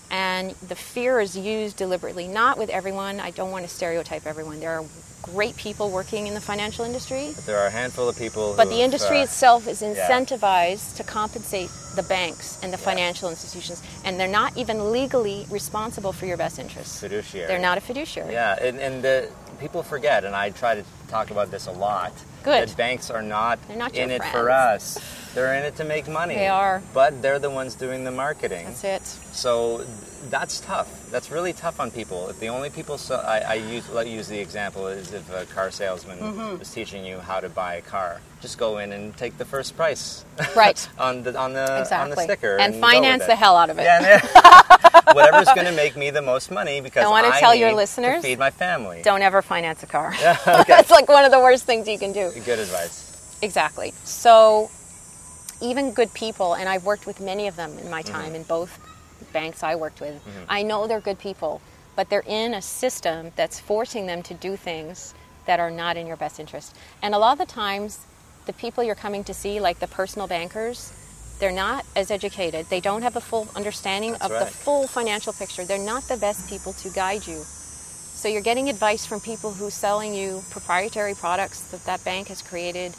And the fear is used deliberately, not with everyone. I don't want to stereotype everyone. There are great people working in the financial industry,
There are a handful of people.
but
who
the
have,
industry
uh,
itself is incentivized to compensate the banks and the financial institutions, and they're not even legally responsible for your best interests.
Fiduciary.
They're not a fiduciary.
Yeah, and, and the, people forget, and I try to talk about this a lot.
Good.
That banks are not,
They're not your
in it for
friends.
us. They're in it to make money.
They are.
But they're the ones doing the marketing.
That's it.
So that's tough. That's really tough on people. If the only people so I, I use let use the example is if a car salesman
Mm-hmm.
was teaching you how to buy a car, just go in and take the first price <laughs>
Right.
on the on the on the
Exactly.
sticker
And
go with
finance
it.
the hell out of it. <laughs>
Yeah, and- whatever's going to make me the most money because
I wanna tell your
need to
listeners,
feed my family.
don't ever finance a car. <laughs> That's like one of the worst things you can do.
Good advice.
Exactly. So, even good people, and I've worked with many of them in my time in both banks I worked with, I know they're good people, but they're in a system that's forcing them to do things that are not in your best interest. And a lot of the times, the people you're coming to see, like the personal bankers, they're not as educated. They don't have a full understanding of the
right.
full financial picture. They're not the best people to guide you. So you're getting advice from people who's selling you proprietary products that that bank has created,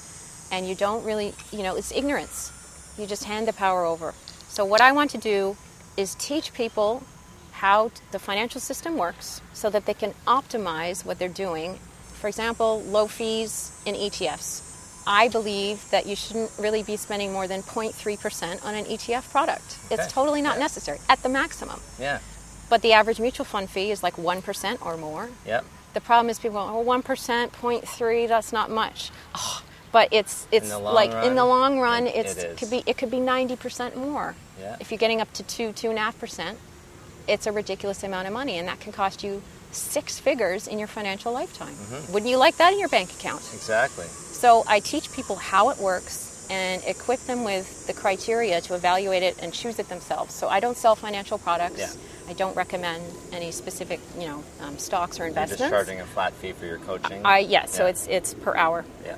and you don't really, you know, it's ignorance. You just hand the power over. So what I want to do is teach people how t- the financial system works so that they can optimize what they're doing. For example, low fees in ETFs. I believe that you shouldn't really be spending more than 0.3% on an ETF product.
Okay.
It's totally not
Yeah.
necessary at the maximum.
Yeah.
But the average mutual fund fee is like 1% or more.
Yep.
The problem is people go, oh, 1%, 0.3, that's not much. Ugh. but it's, it's
the long
like in
run,
the long run,
it-
it's,
it
it
is.
could be it could be 90% more.
Yeah.
If you're getting up to 2, 2.5%, it's a ridiculous amount of money, and that can cost you six figures in your financial lifetime.
Mm-hmm.
Wouldn't you like that in your bank account?
Exactly.
So I teach people how it works and equip them with the criteria to evaluate it and choose it themselves. So I don't sell financial products.
Yeah.
I don't recommend any specific, you know, um, stocks or
You're just
investments.
charging a flat fee for your coaching.
I yeah, so
Yeah.
it's it's per hour
yeah.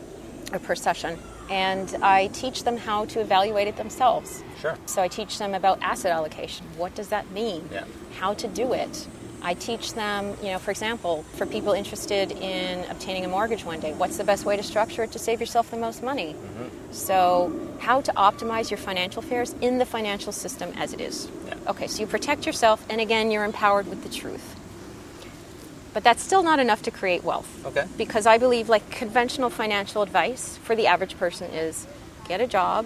or per session, and I teach them how to evaluate it themselves.
Sure.
So I teach them about asset allocation. What does that mean?
Yeah.
How to do it. I teach them, you know, for example, for people interested in obtaining a mortgage one day, what's the best way to structure it to save yourself the most money?
Mm-hmm.
So, how to optimize your financial affairs in the financial system as it is.
Yeah.
Okay, so you protect yourself, and again, you're empowered with the truth. But that's still not enough to create wealth.
Okay.
Because I believe, like, conventional financial advice for the average person is get a job,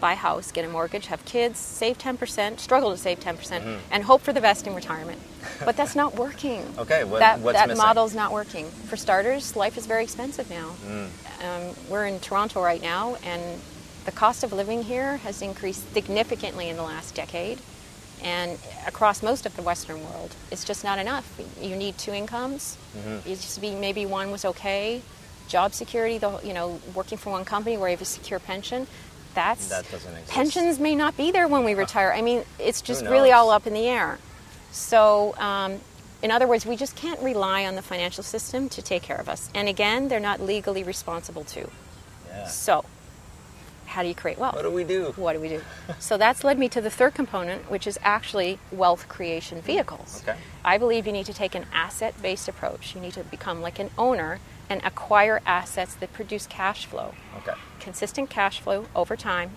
buy a house, get a mortgage, have kids, save 10%, struggle to save 10%, percent
Mm-hmm.
and hope for the best in retirement. But that's not working.
<laughs> Okay, what-
that,
what's
that
missing?
model's not working. For starters, life is very expensive now.
Mm.
Um, we're in Toronto right now, and the cost of living here has increased significantly in the last decade. And across most of the Western world, it's just not enough. You need two incomes.
Mm-hmm.
It used to be maybe one was okay. Job security, the, whole- you know, working for one company where you have a secure pension. That's
That doesn't exist.
pensions may not be there when we retire. I mean, it's just
Who
really
knows?
all up in the air. So, um, in other words, we just can't rely on the financial system to take care of us. And again, they're not legally responsible to.
Yeah.
So, how do you create wealth?
What do we do?
What do we do? so that's led me to the third component, which is actually wealth creation vehicles.
Okay.
I believe you need to take an asset based approach. You need to become like an owner and acquire assets that produce cash flow,
Okay.
consistent cash flow over time.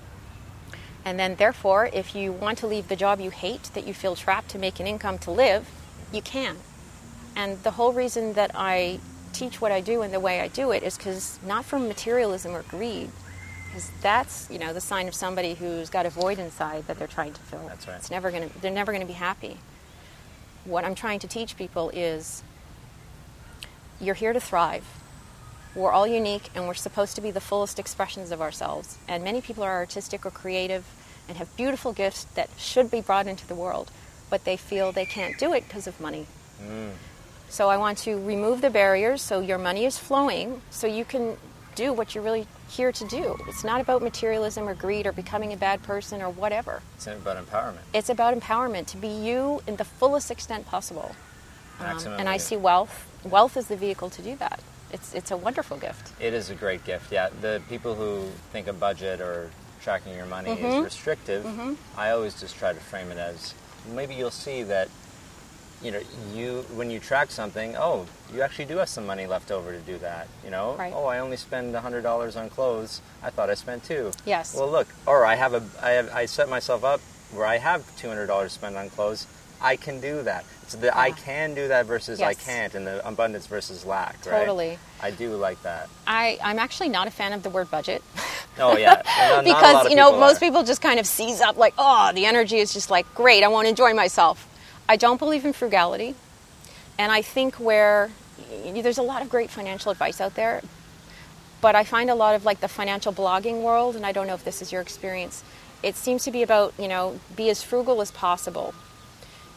And then, therefore, if you want to leave the job you hate, that you feel trapped to make an income to live, you can. And the whole reason that I teach what I do and the way I do it is because not from materialism or greed, because that's you know the sign of somebody who's got a void inside that they're trying to fill.
That's right.
It's never gonna. They're never gonna be happy. What I'm trying to teach people is, you're here to thrive. We're all unique, and we're supposed to be the fullest expressions of ourselves. And many people are artistic or creative, and have beautiful gifts that should be brought into the world, but they feel they can't do it because of money. So I want to remove the barriers so your money is flowing so you can do what you're really here to do. It's not about materialism or greed or becoming a bad person or whatever.
It's about empowerment.
It's about empowerment to be you in the fullest extent possible. Um,
Maximum
and I
you.
see wealth. Wealth is the vehicle to do that. It's, it's a wonderful gift.
It is a great gift. Yeah, the people who think a budget or tracking your money
Mm-hmm.
is restrictive. I always just try to frame it as maybe you'll see that you know you when you track something, oh, you actually do have some money left over to do that. You know,
Right.
oh, I only spend hundred dollars on clothes. I thought I spent two.
Yes.
Well, look, or I have a I have I set myself up where I have two hundred dollars spent on clothes. I can do that. It's the I
Yeah.
can do that versus I
Yes.
can't, and the abundance versus lack. Right?
Totally.
I do like that.
I, I'm actually not a fan of the word budget. <laughs>
Oh yeah, Not- not a lot
because
of
you know most
are.
people just kind of seize up like oh the energy is just like great i want to enjoy myself i don't believe in frugality and i think where y- y- there's a lot of great financial advice out there but i find a lot of like the financial blogging world and i don't know if this is your experience it seems to be about you know be as frugal as possible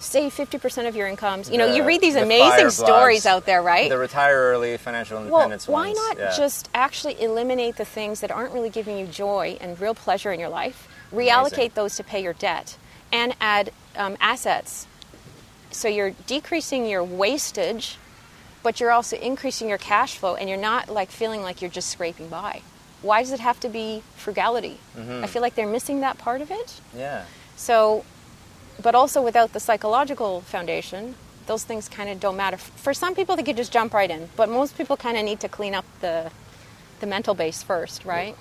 save 50% of your incomes you know you
The-
read these
the
amazing
fire
stories
blogs,
out there right
The retire early financial
well,
independence.
why
ones,
not
yeah.
just actually eliminate the things that aren't really giving you joy and real pleasure in your life? Reallocate
Amazing.
those to pay your debt and add um, assets. So you're decreasing your wastage, but you're also increasing your cash flow, and you're not like feeling like you're just scraping by. Why does it have to be frugality?
Mm-hmm.
I feel like they're missing that part of it.
yeah,
So, but also without the psychological foundation, those things kind of don't matter. For some people, they could just jump right in, but most people kind of need to clean up the the mental base first, right?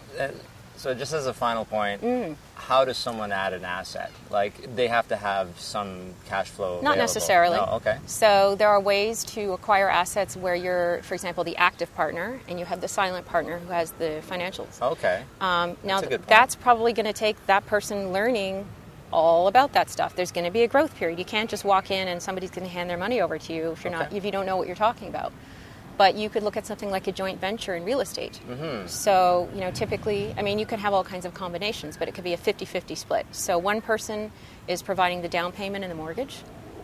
So just as a final point,
Mm.
how does someone add an asset? Like they have to have some cash flow.
Not
available.
necessarily.
No, okay.
So there are ways to acquire assets where you're, for example, the active partner, and you have the silent partner who has the financials.
Okay.
Um, now,
Oh, That's a good point.
that's probably going to take that person learning all about that stuff. There's going to be a growth period. You can't just walk in and somebody's going to hand their money over to you if you're not
Okay.
if you don't know what you're talking about. But you could look at something like a joint venture in real estate. So, you know, typically, I mean, you can have all kinds of combinations, but it could be a 50 50 split. So, one person is providing the down payment and the mortgage,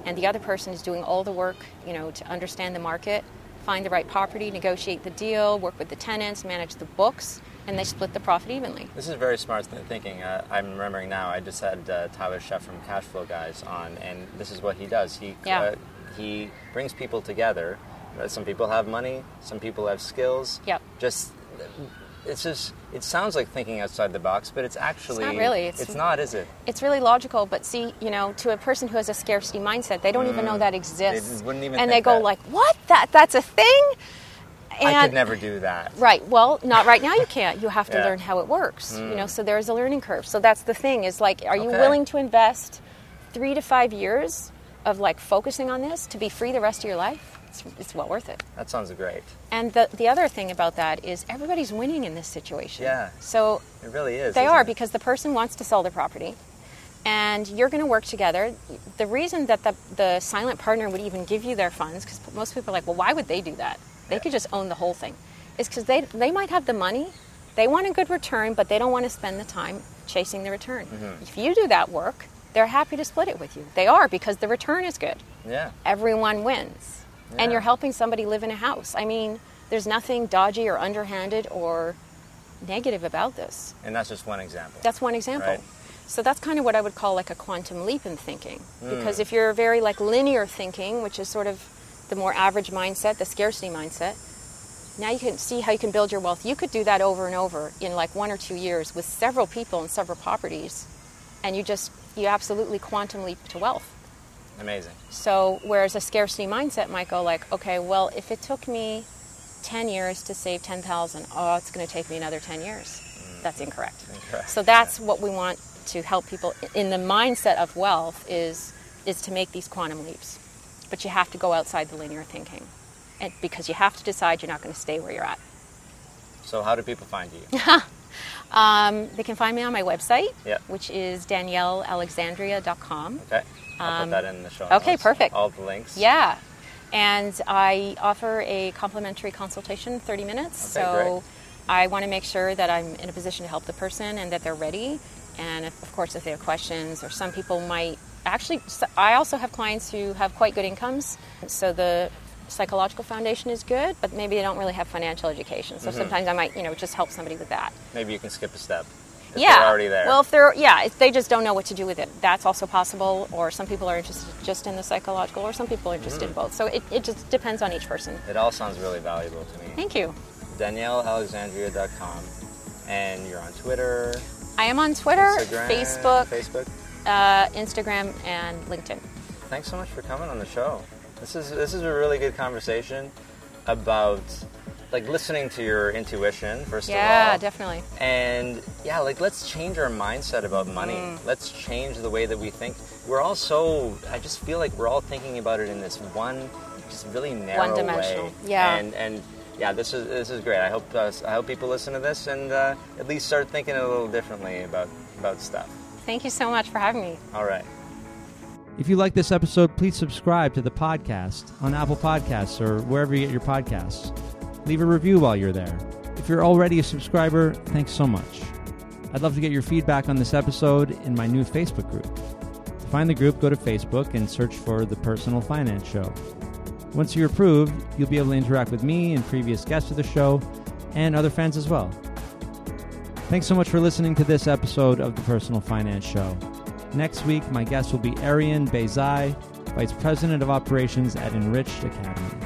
and the other person is doing all the work, you know, to understand the market, find the right property, negotiate the deal, work with the tenants, manage the books, and they split the profit evenly.
This is very smart th- thinking. Uh, I'm remembering now. I just had uh, Tyler Chef from Cash Flow Guys on, and this is what he does. He
Yeah.
uh, he brings people together. Uh, Some people have money. Some people have skills.
Yep.
Just it's just it sounds like thinking outside the box, but it's actually
not really. It's-
It's, not, is it?
it's really logical, but see, you know, to a person who has a scarcity mindset, they don't even know that exists.
Mm. They wouldn't even
and
think
they go
that.
like, "What? That that's a thing?" And
I could never do that.
right. Well, not right now you can't. You have to
Yeah. Mm.
learn how it works, you know, so there's a learning curve. So that's the thing is like, are you
Okay.
willing to invest 3 to 5 years of like focusing on this to be free the rest of your life? It's, it's well worth it.
That sounds great.
And the, the other thing about that is everybody's winning in this situation.
Yeah.
So
It really is.
they
isn't
are
it?
because the person wants to sell their property and you're going to work together. The reason that the, the silent partner would even give you their funds, because most people are like, well, why would they do that? They could just own the whole thing. Is because they, they might have the money, they want a good return, but they don't want to spend the time chasing the return.
Mm-hmm.
If you do that work, they're happy to split it with you. They are because the return is good
yeah.
everyone wins. And
Yeah.
you're helping somebody live in a house. I mean, there's nothing dodgy or underhanded or negative about this.
And that's just one example.
That's one example.
Right.
So that's kind of what I would call like a quantum leap in thinking. Because if you're very like linear thinking, which is sort of the more average mindset, the scarcity mindset, now you can see how you can build your wealth. You could do that over and over in like one or two years with several people and several properties, and you just you absolutely quantum leap to wealth.
Amazing.
So whereas a scarcity mindset might go like, okay, well, if it took me 10 years to save 10,000, oh, it's going to take me another 10 years.
Mm-hmm.
That's incorrect.
Incorrect,
So that's what we want to help people in the mindset of wealth is is to make these quantum leaps. But you have to go outside the linear thinking. And because you have to decide you're not going to stay where you're at.
So how do people find
<laughs>
you?
Um, they can find me on my website,
Yeah.
which is daniellealexandria.com.
Okay. I'll put that in the show notes.
Um, okay, perfect.
All the links.
Yeah. And I offer a complimentary consultation, 30 minutes. so
Okay, great.
I want to make sure that I'm in a position to help the person and that they're ready. And if, of course, if they have questions, or some people might actually, s- I also have clients who have quite good incomes. So the psychological foundation is good, but maybe they don't really have financial education.
Mm-hmm.
So sometimes I might, you know, just help somebody with that.
Maybe you can skip a step. If
yeah.
They're already there.
Well, if they're yeah, if they just don't know what to do with it, that's also possible. Or some people are interested just in the psychological, or some people are interested in both. So it, it just depends on each person.
Mm. it all sounds really valuable to me.
Thank you.
DanielleAlexandria.com. And you're on Twitter,
I am on Twitter,
Instagram,
Facebook,
Facebook.
Uh, Instagram, and LinkedIn.
Thanks so much for coming on the show. This is this is a really good conversation about like listening to your intuition first of all.
Yeah, definitely.
And yeah, like let's change our mindset about money. Let's change the way that we think. We're all so I just feel like we're all thinking about it in this one just really narrow
One-dimensional.
way.
Yeah.
And and yeah, this is this is great. I hope uh, I hope people listen to this and uh, at least start thinking a little differently about about stuff.
Thank you so much for having me.
All right.
If you like this episode, please subscribe to the podcast on Apple Podcasts or wherever you get your podcasts. Leave a review while you're there. If you're already a subscriber, thanks so much. I'd love to get your feedback on this episode in my new Facebook group. To find the group, go to Facebook and search for The Personal Finance Show. Once you're approved, you'll be able to interact with me and previous guests of the show and other fans as well. Thanks so much for listening to this episode of The Personal Finance Show. Next week, my guest will be Arian Bezai, Vice President of Operations at Enriched Academy.